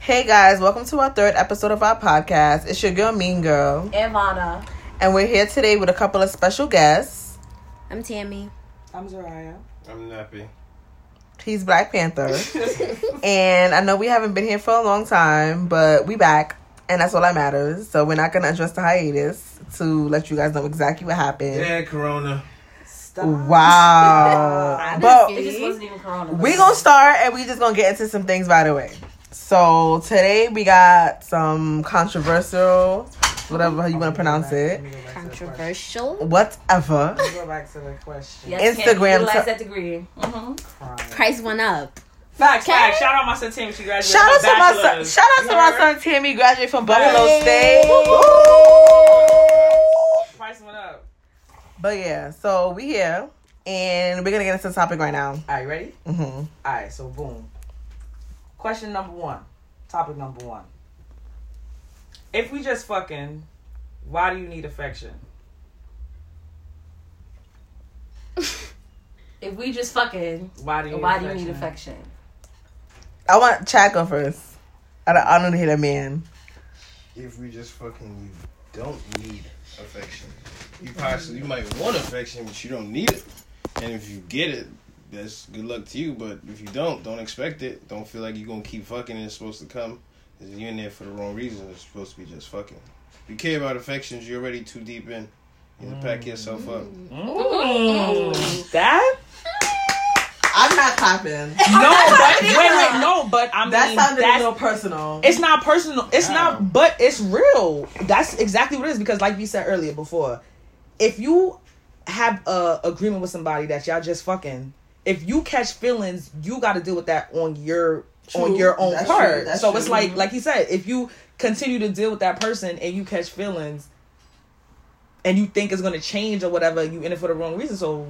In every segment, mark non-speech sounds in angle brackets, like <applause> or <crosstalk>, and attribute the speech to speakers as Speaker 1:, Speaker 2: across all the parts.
Speaker 1: Hey guys, welcome to our third episode of our podcast. It's your girl Mean Girl,
Speaker 2: Ivana.
Speaker 1: and we're here today with a couple of special guests.
Speaker 3: I'm Tammy.
Speaker 4: I'm Zariah.
Speaker 5: I'm nappy.
Speaker 1: He's Black Panther, and I know we haven't been here for a long time, but we back, and that's all that matters. So we're not gonna address the hiatus to let you guys know exactly what happened.
Speaker 5: Yeah, Corona.
Speaker 4: Stop.
Speaker 2: <laughs>
Speaker 1: Wow, but
Speaker 2: It just wasn't even Corona.
Speaker 1: we gonna start and we just gonna get into some things by the way so today we got some controversial whatever how you want to pronounce it
Speaker 3: Controversial.
Speaker 1: whatever
Speaker 4: Go back to the question.
Speaker 2: yes,
Speaker 1: Instagram
Speaker 2: Instagram. Utilize
Speaker 1: t-
Speaker 2: that degree. Mm-hmm.
Speaker 4: Crying.
Speaker 3: Price went up.
Speaker 6: Facts,
Speaker 3: Okay.
Speaker 6: facts. Shout out my son Tim. She graduated.
Speaker 1: shout out
Speaker 6: with
Speaker 1: to my son
Speaker 6: bachelor's.
Speaker 1: shout out to my son tammy graduated from buffalo
Speaker 3: Yay.
Speaker 1: state Woo-hoo.
Speaker 6: Price went up.
Speaker 1: but yeah so we here and we're gonna get into the topic right now
Speaker 4: All right, ready?
Speaker 1: hmm
Speaker 4: All right, so boom. Question number one. Topic number one.
Speaker 6: If we just fucking, why do you need affection?
Speaker 2: If we just fucking,
Speaker 6: Why do you?
Speaker 2: why do you need affection?
Speaker 1: i want chad go first i don't, I don't need a man
Speaker 5: If we just fucking you don't need affection, you possibly you might want affection, but you don't need it. And if you get it, that's good luck to you. But if you don't, don't expect it. Don't feel like you're gonna keep fucking and it's supposed to come. Cause you're in there for the wrong reason. It's supposed to be just fucking. If you care about affections, you're already too deep in. You need to pack yourself up.
Speaker 6: Mm, that?
Speaker 1: i'm not clapping
Speaker 6: No, but wait, wait, no, but I mean
Speaker 1: that sounded a
Speaker 6: that's-
Speaker 1: little personal
Speaker 6: It's not personal. It's not, but it's real. That's exactly what it is. Because, like we said earlier before, if you have a agreement with somebody that y'all just fucking, if you catch feelings, you got to deal with that on your on
Speaker 1: True.
Speaker 6: your own
Speaker 1: That's true.
Speaker 6: part.
Speaker 1: That's
Speaker 6: So
Speaker 1: true. Mm-hmm.
Speaker 6: it's like, like he said, if you continue to deal with that person and you catch feelings, and you think it's gonna change or whatever, you in it for the wrong reason. So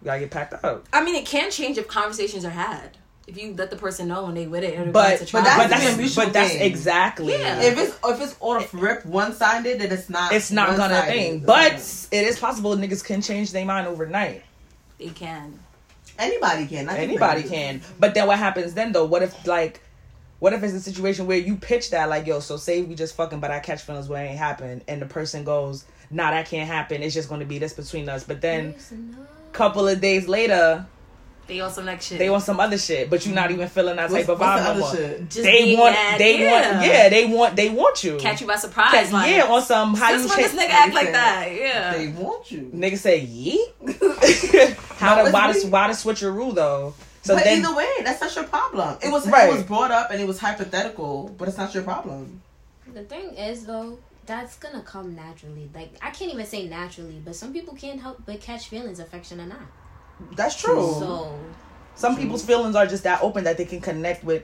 Speaker 6: you gotta get packed up.
Speaker 2: I mean, it can change if conversations are had. If you let the person know when they with it, or they're going
Speaker 6: But
Speaker 2: to
Speaker 6: but
Speaker 2: try.
Speaker 1: that's
Speaker 6: that's,
Speaker 1: to be a
Speaker 6: but that's,
Speaker 1: mutual thing.
Speaker 6: exactly
Speaker 2: Yeah.
Speaker 1: If it's if it's off rip one sided, then it's not.
Speaker 6: it's not gonna
Speaker 1: one-sided.
Speaker 6: thing. But it is possible niggas can change their mind overnight.
Speaker 2: they can.
Speaker 1: anybody can. not just
Speaker 6: Anybody
Speaker 1: niggas.
Speaker 6: can. But then what happens then though? What if like what if it's a situation where you pitch that like yo, so say we just fucking but I catch feelings where it ain't happen and the person goes, Nah, that can't happen. It's just gonna be this between us. But then couple of days later,
Speaker 2: They on some next shit.
Speaker 6: they want some other shit, but you're not even feeling that
Speaker 1: What's,
Speaker 6: type of
Speaker 1: what's
Speaker 6: vibe
Speaker 1: the
Speaker 6: no
Speaker 1: other
Speaker 6: more.
Speaker 1: shit?
Speaker 2: Just
Speaker 6: They
Speaker 2: being
Speaker 6: want
Speaker 2: mad,
Speaker 6: they want yeah, they want they want you.
Speaker 2: Catch you by
Speaker 6: Catch-
Speaker 2: surprise. Like,
Speaker 6: yeah, on some how
Speaker 2: Since
Speaker 6: you
Speaker 2: when this
Speaker 6: change
Speaker 2: nigga act like
Speaker 1: Listen.
Speaker 2: that? Yeah.
Speaker 1: They want you.
Speaker 6: Nigga say <laughs> yeet. How
Speaker 1: No,
Speaker 6: to
Speaker 1: it's
Speaker 6: why to
Speaker 1: really-
Speaker 6: why to switch your rule though? So
Speaker 1: but
Speaker 6: then
Speaker 1: either way, that's not your problem. It was
Speaker 6: Right.
Speaker 1: it was brought up and it was hypothetical, but it's not your problem.
Speaker 3: The thing is, though, that's gonna come naturally. Like I can't even say naturally, but some people can't help but catch feelings, affection or not.
Speaker 1: That's true.
Speaker 6: Oh.
Speaker 3: So
Speaker 6: some people's feelings are just that open that they can connect with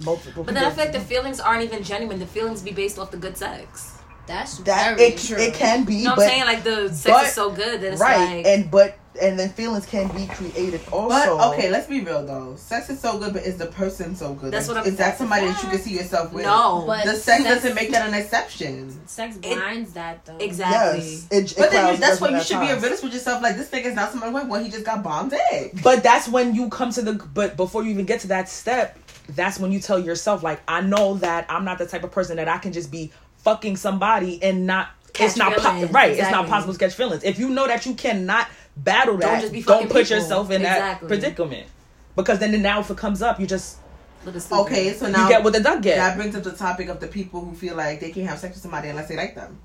Speaker 6: multiple.
Speaker 2: But then I feel like the feelings aren't even genuine. The feelings be based off the good sex.
Speaker 3: that's
Speaker 6: that
Speaker 3: very
Speaker 6: it,
Speaker 3: true.
Speaker 6: it can be,
Speaker 2: You know what
Speaker 6: but
Speaker 2: I'm saying? Like the sex
Speaker 6: but-
Speaker 2: is so good that it's
Speaker 6: right,
Speaker 2: like
Speaker 6: and but and then feelings can be created
Speaker 1: But
Speaker 6: also.
Speaker 1: okay, let's be real though. Sex is so good, but is the person so good?
Speaker 2: That's
Speaker 1: Like,
Speaker 2: what I'm-
Speaker 1: Is that somebody that you can see yourself with?
Speaker 2: no.
Speaker 3: But
Speaker 1: The sex
Speaker 3: sex-
Speaker 1: doesn't make that an exception.
Speaker 3: Sex blinds that though.
Speaker 2: exactly.
Speaker 6: yes, it, it
Speaker 1: But then
Speaker 6: clouds
Speaker 1: you, that's why
Speaker 6: judgment
Speaker 1: you
Speaker 6: at
Speaker 1: should be
Speaker 6: times.
Speaker 1: honest with yourself. Like this nigga's not somebody when well, he just got bombed dick.
Speaker 6: But that's when you come to the. But before you even get to that step, that's when you tell yourself, like, I know that I'm not the type of person that I can just be fucking somebody and not.
Speaker 2: Catch
Speaker 6: it's not po-
Speaker 2: feelings.
Speaker 6: right. It's
Speaker 2: Exactly.
Speaker 6: not possible to catch feelings. If you know that you cannot battle that, don't,
Speaker 2: just be fucking
Speaker 6: put
Speaker 2: people.
Speaker 6: yourself in
Speaker 2: Exactly.
Speaker 6: that predicament. Because then, now if it comes up, you just
Speaker 2: But it's stupid.
Speaker 1: Okay, so
Speaker 6: you
Speaker 1: now
Speaker 6: get what the duck get.
Speaker 1: that brings up the topic of the people who feel like they can't have sex with somebody unless they like them.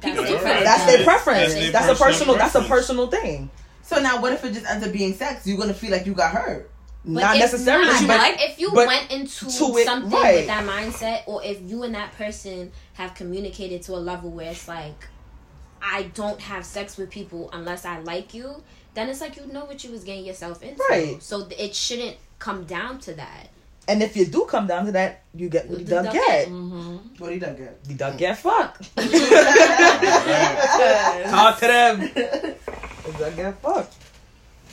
Speaker 2: People
Speaker 5: Yeah.
Speaker 2: do feel like
Speaker 6: that's
Speaker 2: that.
Speaker 6: their preference.
Speaker 3: That's
Speaker 6: That's,
Speaker 3: their
Speaker 6: a personal.
Speaker 5: personal
Speaker 6: That's a
Speaker 5: preference.
Speaker 6: personal thing.
Speaker 1: So now, what if it just ends up being sex? You're gonna feel like you got hurt.
Speaker 3: But
Speaker 6: not
Speaker 3: if
Speaker 6: necessarily,
Speaker 3: not-
Speaker 6: but
Speaker 2: like-
Speaker 3: if you
Speaker 6: but
Speaker 3: went into
Speaker 6: to it,
Speaker 3: something
Speaker 6: right.
Speaker 3: with that mindset, or if you and that person have communicated to a level where it's like, I don't have sex with people unless I like you, then it's like you know what you was getting yourself into.
Speaker 6: Right.
Speaker 3: So th- it shouldn't come down to that.
Speaker 6: and if you do come down to that, you get what the duck
Speaker 3: duck
Speaker 6: get.
Speaker 1: What do you don't get? <laughs>
Speaker 6: The duck get fucked.
Speaker 2: Yes.
Speaker 6: Talk to them. The duck get fucked.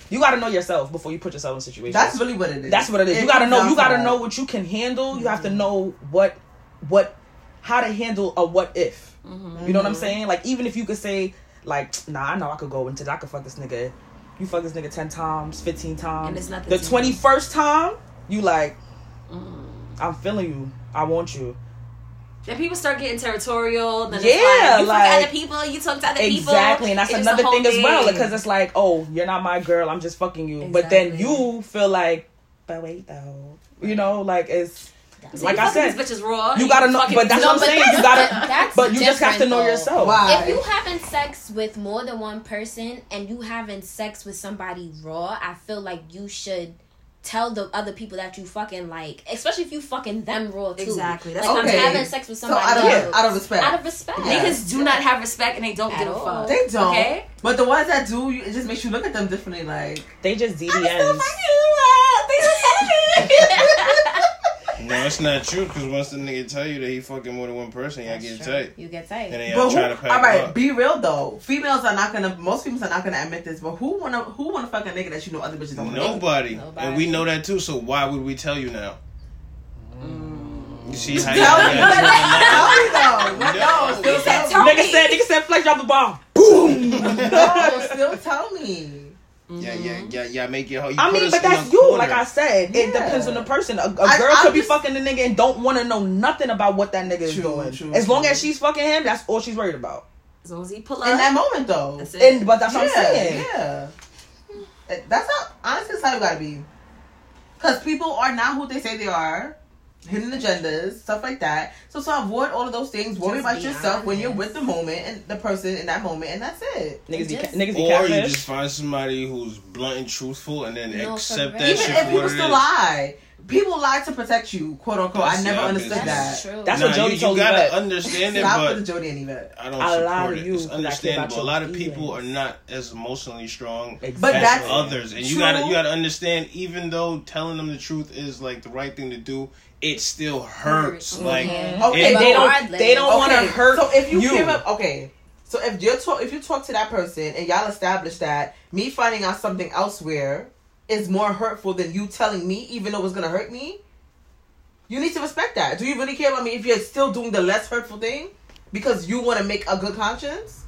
Speaker 6: You gotta know yourself before you put yourself in situations.
Speaker 1: That's really what it is. Mm-hmm.
Speaker 6: That's what it is. you
Speaker 1: comes
Speaker 6: gotta know.
Speaker 1: down
Speaker 6: You
Speaker 1: to
Speaker 6: gotta
Speaker 1: that.
Speaker 6: know what you can handle. You have to know what, what, how to handle a what if.
Speaker 1: Mm-hmm.
Speaker 6: You know what I'm saying? Like even if you could say like, nah, I know I could go into that. I could fuck this nigga. You fuck this nigga ten times, fifteen times.
Speaker 2: And it's nothing
Speaker 6: the
Speaker 2: to you.
Speaker 1: Mm-hmm.
Speaker 6: twenty first time, you like. I'm feeling you. I want you.
Speaker 2: Then people start getting territorial. Then
Speaker 6: Yeah,
Speaker 2: it's like, you
Speaker 6: like-
Speaker 2: forgot other people. You talk to other people.
Speaker 6: Exactly, and that's
Speaker 2: It's just
Speaker 6: another
Speaker 2: a whole
Speaker 6: thing as well
Speaker 2: thing.
Speaker 6: because it's like, oh, you're not my girl. I'm just fucking you. But then
Speaker 2: Exactly.
Speaker 6: you feel like, but wait though, you know, like it's
Speaker 2: So
Speaker 6: like
Speaker 2: you
Speaker 6: I
Speaker 2: fucking
Speaker 6: said,
Speaker 2: These bitches raw.
Speaker 6: you gotta know.
Speaker 2: fucking-
Speaker 6: But that's
Speaker 3: No,
Speaker 6: what I'm
Speaker 3: but
Speaker 6: saying.
Speaker 3: that's-
Speaker 6: You
Speaker 2: <laughs>
Speaker 6: gotta,
Speaker 3: that- that's
Speaker 6: but you just have to know
Speaker 3: different, though.
Speaker 6: yourself.
Speaker 1: Why?
Speaker 3: If you having sex with more than one person and you having sex with somebody raw, I feel like you should tell the other people that you fucking like, especially if you fucking them raw too.
Speaker 2: Exactly.
Speaker 3: Like
Speaker 2: That's
Speaker 3: I'm
Speaker 2: okay.
Speaker 3: having sex with
Speaker 1: so
Speaker 3: somebody
Speaker 1: out of
Speaker 3: else.
Speaker 1: out of respect,
Speaker 3: out of respect.
Speaker 2: Niggas do not have respect and they don't
Speaker 3: At
Speaker 2: give a fuck.
Speaker 3: all.
Speaker 1: they don't.
Speaker 2: Okay.
Speaker 1: But the ones that do, you, it just makes you look at them differently. Like
Speaker 6: They uh, just DDMs.
Speaker 2: <laughs>
Speaker 5: No, it's not true. Because once the nigga tell you that he fucking more than one person, y'all get tight.
Speaker 3: You get
Speaker 5: And
Speaker 3: tight.
Speaker 5: then
Speaker 1: But
Speaker 5: y'all
Speaker 1: who,
Speaker 5: try
Speaker 1: all
Speaker 5: to pack
Speaker 1: right,
Speaker 5: up.
Speaker 1: be real though. Females are not gonna. Most females are not gonna admit this. But who wanna who wanna fuck a nigga that you know other bitches don't? want?
Speaker 5: Nobody.
Speaker 3: Nobody.
Speaker 5: And we know that too. So why would we tell you now? You see how you
Speaker 1: Tell
Speaker 5: <laughs>
Speaker 1: me,
Speaker 5: got
Speaker 1: tell me
Speaker 5: tripped and not-
Speaker 1: though.
Speaker 5: <laughs>
Speaker 1: What- No,
Speaker 5: No.
Speaker 1: still
Speaker 5: He
Speaker 1: tell me.
Speaker 6: Nigga said, nigga said, flex drop the bomb.
Speaker 1: No, still tell me.
Speaker 5: <laughs> Yeah, yeah, yeah, yeah. Make your whole. You
Speaker 6: I
Speaker 5: put
Speaker 6: mean,
Speaker 5: us
Speaker 6: but
Speaker 5: in a
Speaker 6: that's you.
Speaker 5: corner.
Speaker 6: Like I said, it
Speaker 1: Yeah.
Speaker 6: depends on the person. A, a girl
Speaker 1: I- I'm
Speaker 6: could be
Speaker 1: just-
Speaker 6: fucking the nigga and don't want to know nothing about what that nigga is
Speaker 1: True,
Speaker 6: doing.
Speaker 1: true,
Speaker 6: as long
Speaker 1: true.
Speaker 6: as she's fucking him, that's all she's worried about.
Speaker 2: As long as he pull up.
Speaker 1: In that moment though.
Speaker 2: that's it.
Speaker 6: And but that's what I'm
Speaker 1: yeah,
Speaker 6: saying.
Speaker 1: yeah. That- That's how honestly that's how you gotta be. Cause people are not who they say they are. Hidden agendas, stuff like that. So so avoid all of those things. Worry
Speaker 3: Just
Speaker 1: about
Speaker 3: be
Speaker 1: yourself when you're
Speaker 3: honest.
Speaker 1: with the moment and the person in that moment, and that's it.
Speaker 6: Niggas be, ca-
Speaker 3: Just-
Speaker 6: niggas be
Speaker 5: Or you
Speaker 6: catfish.
Speaker 5: just find somebody who's blunt and truthful, and then
Speaker 3: No,
Speaker 5: accept
Speaker 3: for
Speaker 5: that
Speaker 3: real.
Speaker 5: shit
Speaker 1: Even
Speaker 5: for
Speaker 1: if people
Speaker 5: what it
Speaker 1: still
Speaker 5: is.
Speaker 1: lie, people lie to protect you, quote unquote. I
Speaker 5: That's
Speaker 1: never
Speaker 5: the
Speaker 1: understood
Speaker 5: opposite.
Speaker 3: That's
Speaker 1: that.
Speaker 3: true.
Speaker 6: That's what
Speaker 5: Nah,
Speaker 6: Jody
Speaker 5: you,
Speaker 6: told
Speaker 5: you
Speaker 6: me.
Speaker 5: gotta
Speaker 6: but
Speaker 5: understand it,
Speaker 1: Stop with the
Speaker 5: but
Speaker 1: Jody and Yvette.
Speaker 5: I don't
Speaker 6: A
Speaker 5: support
Speaker 6: lot of
Speaker 5: it.
Speaker 6: you
Speaker 5: It's
Speaker 6: gotta care about
Speaker 5: understandable. A
Speaker 6: your
Speaker 5: lot of people are
Speaker 6: feelings.
Speaker 5: not as emotionally strong
Speaker 1: But
Speaker 5: as
Speaker 1: that's-
Speaker 5: others, and you
Speaker 1: true.
Speaker 5: gotta you gotta understand. Even though telling them the truth is like the right thing to do, it still hurts.
Speaker 2: Mm-hmm.
Speaker 5: Like
Speaker 1: Okay,
Speaker 5: it-
Speaker 1: but
Speaker 6: they don't.
Speaker 3: regardless-
Speaker 6: They don't want to
Speaker 1: Okay,
Speaker 6: hurt.
Speaker 1: So if you,
Speaker 6: you.
Speaker 1: give up, okay. So if you talk, if you talk to that person and y'all establish that me finding out something elsewhere is more hurtful than you telling me, even though it's gonna hurt me, you need to respect that. Do you really care about me if you're still doing the less hurtful thing because you want to make a good conscience?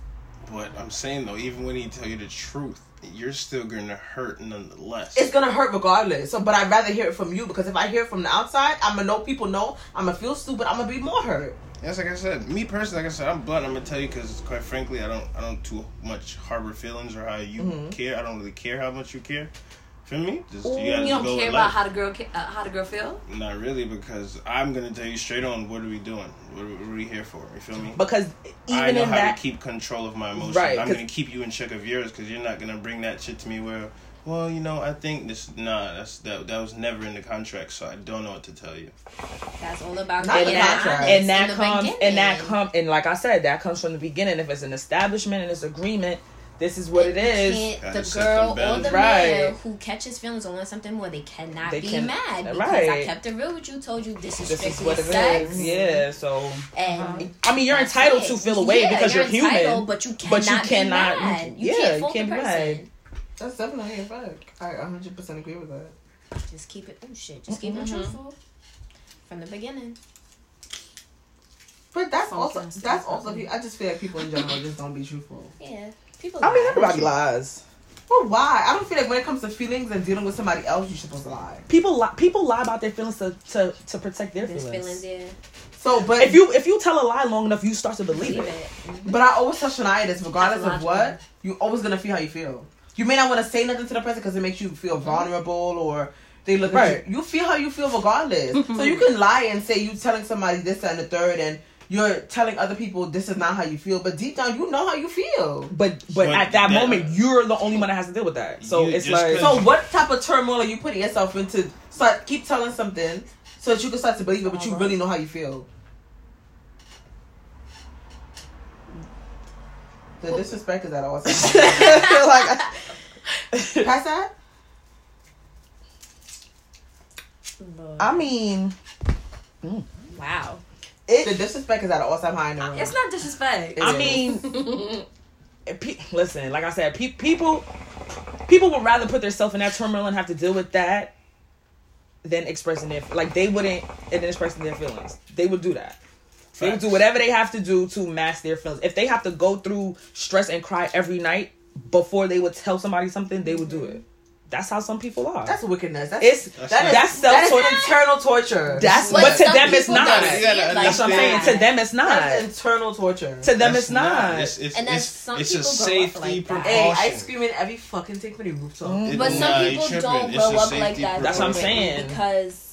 Speaker 5: But I'm saying though, even when he tell you the truth, you're still gonna hurt nonetheless.
Speaker 1: It's gonna hurt regardless. So, but I'd rather hear it from you because if I hear it from the outside, I'm gonna know people know. I'm gonna feel stupid. I'm gonna be more hurt.
Speaker 5: That's like I said. Me personally, like I said, I'm blunt. I'm gonna tell you because, quite frankly, I don't, I don't too much harbor feelings or how you care. I don't really care how much you care. For me, just
Speaker 2: Ooh,
Speaker 5: you gotta
Speaker 2: you
Speaker 5: just
Speaker 2: don't
Speaker 5: go
Speaker 2: care
Speaker 5: with
Speaker 2: about
Speaker 5: life.
Speaker 2: how the girl ca- uh, how the girl feel.
Speaker 5: Not really, because I'm gonna tell you straight on. What are we doing? What are, what are we here for? You feel me?
Speaker 6: because
Speaker 5: I
Speaker 6: even
Speaker 5: know
Speaker 6: in
Speaker 5: how
Speaker 6: that,
Speaker 5: to keep control of my emotions.
Speaker 6: Right,
Speaker 5: I'm
Speaker 6: 'cause-
Speaker 5: gonna keep you in check of yours because you're not gonna bring that shit to me. Where, well, you know, I think this. Nah, that's that. That was never in the contract, so I don't know what to tell you.
Speaker 3: That's all about
Speaker 1: Not
Speaker 3: getting
Speaker 1: the contract.
Speaker 3: honest
Speaker 6: and
Speaker 3: in
Speaker 6: that
Speaker 3: the
Speaker 6: comes, and that
Speaker 3: beginning.
Speaker 6: come, and like I said, that comes from the beginning. If it's an establishment and it's agreement, this is what it is.
Speaker 3: Can't
Speaker 5: Gotta
Speaker 3: the
Speaker 5: set
Speaker 3: girl
Speaker 5: them
Speaker 3: or the
Speaker 5: boundaries.
Speaker 3: man
Speaker 6: Right.
Speaker 3: who catches feelings or wants something more, they cannot
Speaker 6: They
Speaker 3: be
Speaker 6: can-
Speaker 3: mad because
Speaker 6: right.
Speaker 3: I kept it real with you. Told you this is
Speaker 6: This is
Speaker 3: strictly
Speaker 6: what it is.
Speaker 3: sex.
Speaker 6: Yeah. So
Speaker 3: And
Speaker 6: I mean, you're
Speaker 3: that's
Speaker 6: entitled
Speaker 3: it.
Speaker 6: to feel away
Speaker 3: Yeah,
Speaker 6: because you're, human.
Speaker 3: entitled, but you cannot.
Speaker 6: but you cannot-
Speaker 3: Be mad. You
Speaker 6: yeah, you
Speaker 3: can't fault
Speaker 6: can't
Speaker 3: the
Speaker 6: be
Speaker 3: person.
Speaker 6: mad.
Speaker 1: That's definitely a fact. I 100 percent agree with that.
Speaker 3: Just keep it. Oh shit! Just keep it truthful from the beginning.
Speaker 1: But that's
Speaker 2: Some
Speaker 1: also
Speaker 2: can say
Speaker 1: that's also.
Speaker 2: something.
Speaker 1: I just feel like people in general just don't be
Speaker 6: <laughs>
Speaker 1: truthful.
Speaker 3: Yeah, people.
Speaker 6: I mean,
Speaker 3: lie.
Speaker 6: everybody lies.
Speaker 1: But why? I don't feel like when it comes to feelings and dealing with somebody else, you're supposed to lie.
Speaker 6: People lie. People lie about their feelings to to, to protect their
Speaker 3: There's
Speaker 6: feelings.
Speaker 3: feelings. Yeah,
Speaker 1: So, but
Speaker 6: If you if you tell a lie long enough, you start to believe
Speaker 3: believe
Speaker 6: it.
Speaker 3: it.
Speaker 1: but I always tell Shania this, regardless
Speaker 2: That's
Speaker 1: of
Speaker 2: logical.
Speaker 1: what, you're always gonna feel how you feel. You may not want to say nothing to the person because it makes you feel
Speaker 2: Mm-hmm.
Speaker 1: vulnerable or they look
Speaker 6: Right.
Speaker 1: at you. You feel how you feel regardless.
Speaker 2: Mm-hmm.
Speaker 1: so you can lie and say you telling somebody this that, and the third, and you're telling other people this is not how you feel. But deep down, you know how you feel.
Speaker 6: But but
Speaker 5: But
Speaker 6: at that,
Speaker 5: that-
Speaker 6: moment, you're the only one that has to deal with that. So
Speaker 5: You
Speaker 6: it's
Speaker 5: just
Speaker 6: like
Speaker 5: could-
Speaker 1: So what type of turmoil are you putting yourself into? Start keep telling something so that you can start to believe it,
Speaker 6: Uh-huh.
Speaker 1: but you really know how you feel. The disrespect is at all.
Speaker 6: <laughs>
Speaker 1: times. <laughs>
Speaker 6: like
Speaker 1: Pass that.
Speaker 6: I mean,
Speaker 3: Wow.
Speaker 1: The
Speaker 6: it.
Speaker 1: disrespect is at an all-time high. in the room.
Speaker 2: It's not disrespect.
Speaker 1: It
Speaker 6: I
Speaker 1: is.
Speaker 6: mean, it pe- listen. Like I said, pe- people people would rather put themselves in that turmoil and have to deal with that than expressing their like they wouldn't and then expressing their feelings. They would do that. They would do whatever they have to do to mask their feelings. If they have to go through stress and cry every night before they would tell somebody something, they would do it. That's how some people are.
Speaker 1: That's wickedness. That's
Speaker 6: it's
Speaker 5: That's
Speaker 1: that is,
Speaker 5: not-
Speaker 6: that's
Speaker 1: that is
Speaker 6: self-taught.
Speaker 1: internal torture.
Speaker 6: That's
Speaker 3: But
Speaker 6: but, to
Speaker 3: some
Speaker 6: them it's
Speaker 3: people
Speaker 6: not.
Speaker 3: don't
Speaker 5: You
Speaker 3: see
Speaker 5: gotta
Speaker 3: it like
Speaker 6: That's what I'm saying.
Speaker 3: that.
Speaker 6: To them it's
Speaker 1: That's
Speaker 6: not.
Speaker 1: internal torture.
Speaker 6: To them
Speaker 5: That's
Speaker 6: it's not.
Speaker 5: It's, it's,
Speaker 3: And then
Speaker 5: it's-
Speaker 3: some
Speaker 5: it's a
Speaker 3: people grow up
Speaker 5: safety
Speaker 3: like that.
Speaker 5: precaution.
Speaker 1: Hey, I scream in every fucking thing for the rooftop.
Speaker 6: Mm.
Speaker 3: But
Speaker 5: Nah,
Speaker 3: some
Speaker 5: you
Speaker 3: people
Speaker 5: tripping.
Speaker 3: don't
Speaker 5: It's a
Speaker 3: grow up
Speaker 5: safety
Speaker 3: like that.
Speaker 6: That's what I'm
Speaker 3: though,
Speaker 6: saying.
Speaker 3: Because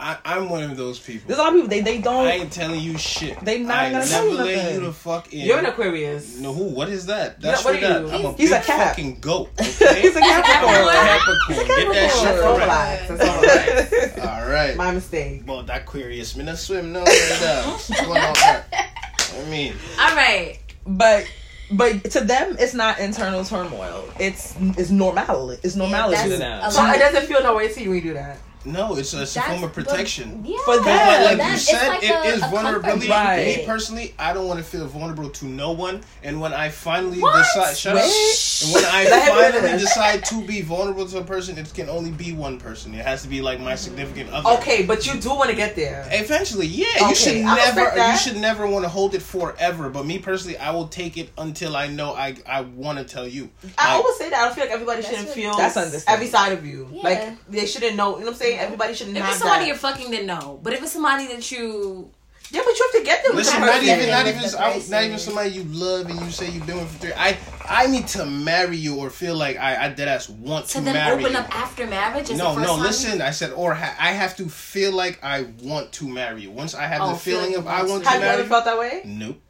Speaker 5: I, I'm one of those people.
Speaker 6: There's a lot of people they they <laughs> don't.
Speaker 5: I ain't telling you shit.
Speaker 6: They not
Speaker 5: I
Speaker 6: gonna
Speaker 5: never
Speaker 6: tell you
Speaker 5: let
Speaker 6: nothing.
Speaker 5: you the fuck in.
Speaker 1: You're an Aquarius.
Speaker 5: no, who? What is that? That's
Speaker 1: what
Speaker 5: what
Speaker 1: are
Speaker 5: that.
Speaker 1: you?
Speaker 5: I'm a
Speaker 6: He's
Speaker 5: big
Speaker 6: a cat.
Speaker 5: fucking
Speaker 6: <laughs>
Speaker 5: goat.
Speaker 6: He's a Capricorn.
Speaker 5: Capricorn. Get that
Speaker 6: Capricorn.
Speaker 5: shit
Speaker 1: That's all
Speaker 5: correct.
Speaker 1: lies. That's all lies.
Speaker 5: All right.
Speaker 1: My mistake.
Speaker 5: Well, that Aquarius, man, I swim no right now. What's going on
Speaker 3: <laughs>
Speaker 5: there? I mean,
Speaker 2: All right.
Speaker 6: <laughs> but but to them it's not internal turmoil. It's it's normal. It's normality
Speaker 3: that's
Speaker 6: to them.
Speaker 3: a
Speaker 1: So it doesn't feel no way to you when you do that.
Speaker 5: no, it's a, it's a
Speaker 3: that's-
Speaker 5: form of
Speaker 3: but-
Speaker 5: protection.
Speaker 3: Yeah,
Speaker 6: For them,
Speaker 5: But
Speaker 6: Yeah,
Speaker 5: like
Speaker 3: that-
Speaker 5: you
Speaker 3: it's
Speaker 5: said,
Speaker 3: like
Speaker 5: it
Speaker 3: a-
Speaker 5: is
Speaker 3: a comfort
Speaker 5: vulnerability.
Speaker 6: Right.
Speaker 5: Me personally, I don't want to feel vulnerable to no one. And when I finally
Speaker 3: What?
Speaker 5: decide, shut up. And when
Speaker 1: Let him
Speaker 5: I finally
Speaker 1: finish.
Speaker 5: decide to be vulnerable to a person, it can only be one person. It has to be like my significant other.
Speaker 6: Oh,
Speaker 1: Okay, but you do want to get there.
Speaker 5: Eventually, yeah,
Speaker 1: Okay,
Speaker 5: you should
Speaker 1: I respect
Speaker 5: never
Speaker 1: that.
Speaker 5: you should never want to hold it forever. But me personally, I will take it until I know I I want to tell
Speaker 2: <laughs>
Speaker 5: you.
Speaker 1: I
Speaker 5: Like,
Speaker 1: always say that. I feel like everybody
Speaker 3: That's
Speaker 1: shouldn't
Speaker 3: what-
Speaker 1: feel
Speaker 6: That's understandable.
Speaker 1: every side of you.
Speaker 3: Yeah.
Speaker 1: Like they shouldn't know. You know what I'm saying? Everybody shouldn't
Speaker 2: If
Speaker 1: have
Speaker 2: it's somebody
Speaker 1: that.
Speaker 2: you're fucking, then no. But if it's somebody that you,
Speaker 1: Yeah, but you have to get them. with
Speaker 5: Listen,
Speaker 1: the
Speaker 5: not
Speaker 1: person.
Speaker 5: even, not
Speaker 3: with
Speaker 5: even,
Speaker 3: the
Speaker 5: I-
Speaker 3: person.
Speaker 5: not even somebody you love and you say you've been with for three. I, I need to marry you or feel like I, I dead ass want
Speaker 2: to
Speaker 5: to
Speaker 2: then
Speaker 5: marry
Speaker 2: open
Speaker 5: you.
Speaker 2: up after marriage. Is
Speaker 5: no,
Speaker 2: the first
Speaker 5: no,
Speaker 2: time
Speaker 5: listen. I said, or ha- I have to feel like I want to marry you. Once I have
Speaker 2: Oh,
Speaker 5: the
Speaker 2: feel
Speaker 5: feeling
Speaker 2: like
Speaker 5: of
Speaker 2: you
Speaker 5: I
Speaker 2: want to.
Speaker 5: want to
Speaker 1: Have you
Speaker 5: marry
Speaker 1: ever
Speaker 5: you.
Speaker 1: felt that way?
Speaker 5: Nope,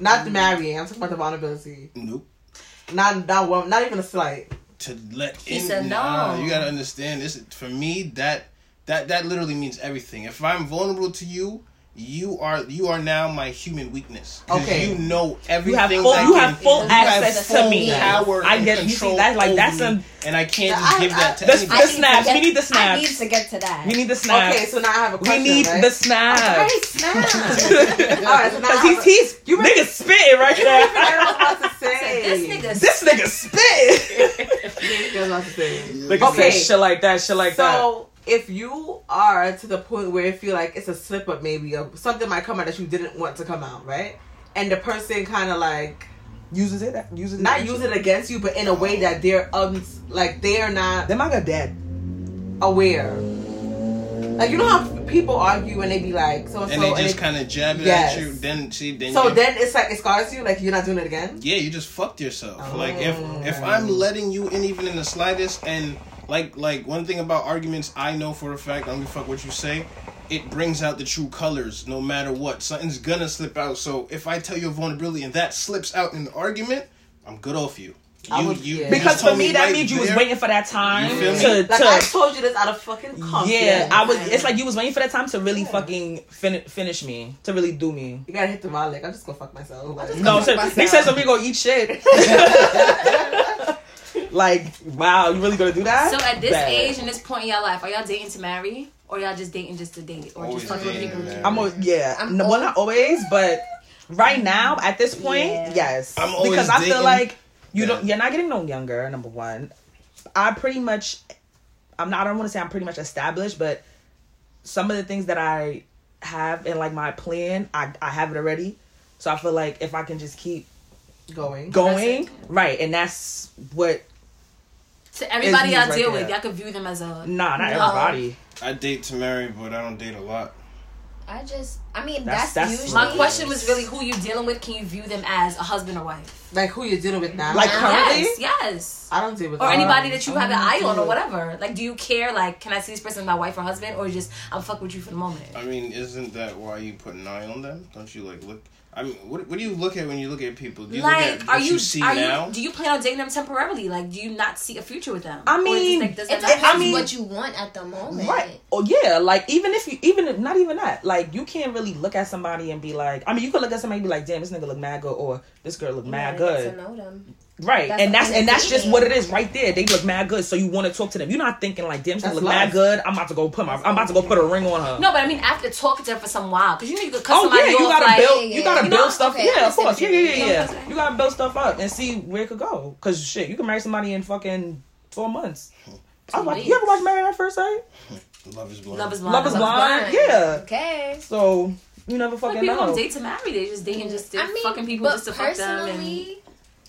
Speaker 1: Not the marrying. I'm talking about the vulnerability.
Speaker 5: nope.
Speaker 1: Not not one. Not even a slight.
Speaker 5: To let
Speaker 2: He
Speaker 5: in,
Speaker 2: said
Speaker 5: nah,
Speaker 2: no.
Speaker 5: you gotta understand this. For me, that that that literally means everything. If I'm vulnerable to you. You are you are now my human weakness. 'Cause
Speaker 1: Okay.
Speaker 5: You know
Speaker 6: you
Speaker 5: everything.
Speaker 6: have full,
Speaker 5: that
Speaker 6: you
Speaker 5: can-
Speaker 6: have full
Speaker 3: you have
Speaker 6: access
Speaker 3: full
Speaker 6: to me.
Speaker 5: Power
Speaker 6: I
Speaker 5: and
Speaker 6: get you
Speaker 5: control
Speaker 6: see that like
Speaker 5: over
Speaker 6: that's
Speaker 5: me,
Speaker 6: some
Speaker 5: and I can't
Speaker 1: Nah,
Speaker 5: just
Speaker 1: I-
Speaker 5: give that
Speaker 1: I-
Speaker 5: to
Speaker 6: the,
Speaker 5: anybody.
Speaker 6: the
Speaker 3: to
Speaker 6: snaps.
Speaker 3: get-
Speaker 6: We need the
Speaker 3: I
Speaker 6: snaps.
Speaker 3: need to get to that.
Speaker 6: we need the snaps.
Speaker 1: Okay, so now I have a
Speaker 6: we
Speaker 1: question.
Speaker 6: need
Speaker 1: right?
Speaker 6: the snaps.
Speaker 2: Hey,
Speaker 1: <laughs>
Speaker 2: snap.
Speaker 1: Alright, so now
Speaker 6: Cause
Speaker 1: I have
Speaker 6: he's
Speaker 1: a-
Speaker 6: he's you nigga spitting right
Speaker 1: I
Speaker 6: there.
Speaker 1: was about to
Speaker 2: <laughs> this
Speaker 1: say.
Speaker 2: nigga.
Speaker 6: <laughs> this nigga spit.
Speaker 1: I was about to say.
Speaker 6: Nigga
Speaker 1: Okay.
Speaker 6: okay. shit like that, shit like that.
Speaker 1: so if you are to the point where you feel like it's a slip up, maybe or something might come out that you didn't want to come out, right? And the person kind of like
Speaker 6: Uses it, uses it.
Speaker 1: not use it against you, but in a way that they're um like they are not
Speaker 6: Them I got dead.
Speaker 1: aware. Like you know how people argue when they be like so and so,
Speaker 5: and they just kind of jab it
Speaker 1: Yes.
Speaker 5: at you. Then see, then
Speaker 1: so
Speaker 5: you,
Speaker 1: then it's like it scars you, like you're not doing it again.
Speaker 5: yeah, you just fucked yourself. Like if
Speaker 1: Oh.
Speaker 5: if I'm letting you in even in the slightest, and like like one thing about arguments, I know for a fact. I don't give a fuck what you say. It brings out the true colors, no matter what. Something's gonna slip out. So if I tell you a vulnerability and that slips out in the argument, I'm good off you.
Speaker 1: I
Speaker 5: You,
Speaker 1: would-
Speaker 5: you,
Speaker 1: yeah.
Speaker 5: you
Speaker 6: Because
Speaker 5: just
Speaker 6: for
Speaker 5: told
Speaker 6: me, that
Speaker 5: right
Speaker 6: means you was
Speaker 5: there-
Speaker 6: waiting for that time
Speaker 5: You
Speaker 6: to
Speaker 5: feel me?
Speaker 6: to.
Speaker 1: Like I told you this out of fucking confidence.
Speaker 6: yeah, I was. It's
Speaker 1: like
Speaker 6: like you was waiting for that time to really fucking fin- finish me, to really do me.
Speaker 1: you gotta hit the violin. I'm just gonna fuck myself. Like,
Speaker 6: No, so,
Speaker 3: myself.
Speaker 6: they said somebody gonna eat
Speaker 5: <laughs>
Speaker 6: shit. <laughs> like, wow, you really gonna do that?
Speaker 2: So at this
Speaker 6: Bad.
Speaker 2: age and this point in your life, are y'all dating to marry, or y'all just dating just to date, or
Speaker 5: Always
Speaker 2: just fucking with
Speaker 5: dating
Speaker 2: people?
Speaker 5: to marry.
Speaker 6: I'm a, yeah.
Speaker 3: I'm
Speaker 6: no, well,
Speaker 3: old.
Speaker 6: not always, but right now at this point,
Speaker 3: Yeah.
Speaker 6: yes.
Speaker 5: I'm always
Speaker 6: because I feel
Speaker 5: dating.
Speaker 6: like you
Speaker 5: Yeah.
Speaker 6: don't. You're not getting no younger. Number one, I pretty much. I'm not. I don't want to say I'm pretty much established, but some of the things that I have in like my plan, I I have it already. So I feel like if I can just keep
Speaker 1: going.
Speaker 6: going, right, and that's what.
Speaker 2: To everybody
Speaker 6: It's
Speaker 2: y'all
Speaker 6: right
Speaker 2: deal
Speaker 6: there.
Speaker 2: with, y'all could view them as a.
Speaker 6: Nah, not
Speaker 2: No.
Speaker 6: everybody.
Speaker 5: I date to marry, but I don't date a lot.
Speaker 3: I just, I mean,
Speaker 6: That's-
Speaker 3: that's,
Speaker 6: that's
Speaker 3: usually.
Speaker 2: My question was really who you dealing with. Can you view them as a husband or wife?
Speaker 1: Like who you're dealing with now?
Speaker 6: Like currently,
Speaker 2: Yes, yes.
Speaker 1: I don't deal with
Speaker 2: Or
Speaker 1: that.
Speaker 2: anybody that you have an eye on or whatever. Like, do you care? Like, can I see this person as my wife or husband, or just I'm fuck with you for the moment?
Speaker 5: I mean, isn't that why you put an eye on them? Don't you like look? I mean, what, what do you look at when you look at people? Do you look
Speaker 2: like,
Speaker 5: at
Speaker 2: are
Speaker 5: what
Speaker 2: you,
Speaker 5: see
Speaker 2: are
Speaker 5: now?
Speaker 2: you do you plan on dating them temporarily? Like, do you not see a future with them?
Speaker 6: I
Speaker 2: Or is this,
Speaker 6: mean,
Speaker 2: like, does that
Speaker 3: It depends
Speaker 2: matter?
Speaker 6: I mean-
Speaker 3: what you want at the moment.
Speaker 6: Right. Oh yeah. Like even if you even if, not even that. Like you can't really look at somebody and be like. I mean, you could look at somebody and be like, "Damn, this nigga look mad good," or "This girl look
Speaker 3: You
Speaker 6: mad
Speaker 3: gotta get
Speaker 6: good."
Speaker 3: To know them.
Speaker 6: Right.
Speaker 3: That's
Speaker 6: and
Speaker 3: the
Speaker 6: that's
Speaker 3: thing
Speaker 6: and
Speaker 3: with
Speaker 6: that's just
Speaker 3: dating.
Speaker 6: what it is right there. They look mad good, so you want to talk to them. You're not thinking like, "Damn, this nigga
Speaker 1: That's
Speaker 6: look
Speaker 1: love.
Speaker 6: mad good." I'm about to go put my. I'm about to go put a ring on her.
Speaker 2: No, but I mean after talking to them for some while, because you know you could cut
Speaker 6: Oh yeah,
Speaker 2: somebody
Speaker 6: you
Speaker 2: off.
Speaker 6: gotta
Speaker 2: like,
Speaker 6: build.
Speaker 3: yeah,
Speaker 6: You
Speaker 3: yeah.
Speaker 6: gotta
Speaker 3: You
Speaker 6: build
Speaker 3: know,
Speaker 6: stuff.
Speaker 3: okay, I
Speaker 6: yeah, of
Speaker 3: understand
Speaker 6: course.
Speaker 3: what
Speaker 6: Yeah,
Speaker 3: you
Speaker 6: yeah,
Speaker 3: mean.
Speaker 6: yeah.
Speaker 2: You know
Speaker 6: yeah.
Speaker 2: what I'm
Speaker 6: You gotta build stuff up and see where it could go. Cause shit, you can marry somebody in fucking four months. I was like, you ever watch Married at First Sight?
Speaker 5: Love is blind.
Speaker 2: Love is blind.
Speaker 6: Love is blind. Yeah.
Speaker 3: Okay.
Speaker 6: So you never
Speaker 2: Like
Speaker 6: fucking
Speaker 2: people
Speaker 6: know.
Speaker 2: don't date to marry; they just dating just to
Speaker 3: I mean,
Speaker 2: fucking people
Speaker 3: but
Speaker 2: just to fuck them. And
Speaker 3: personally,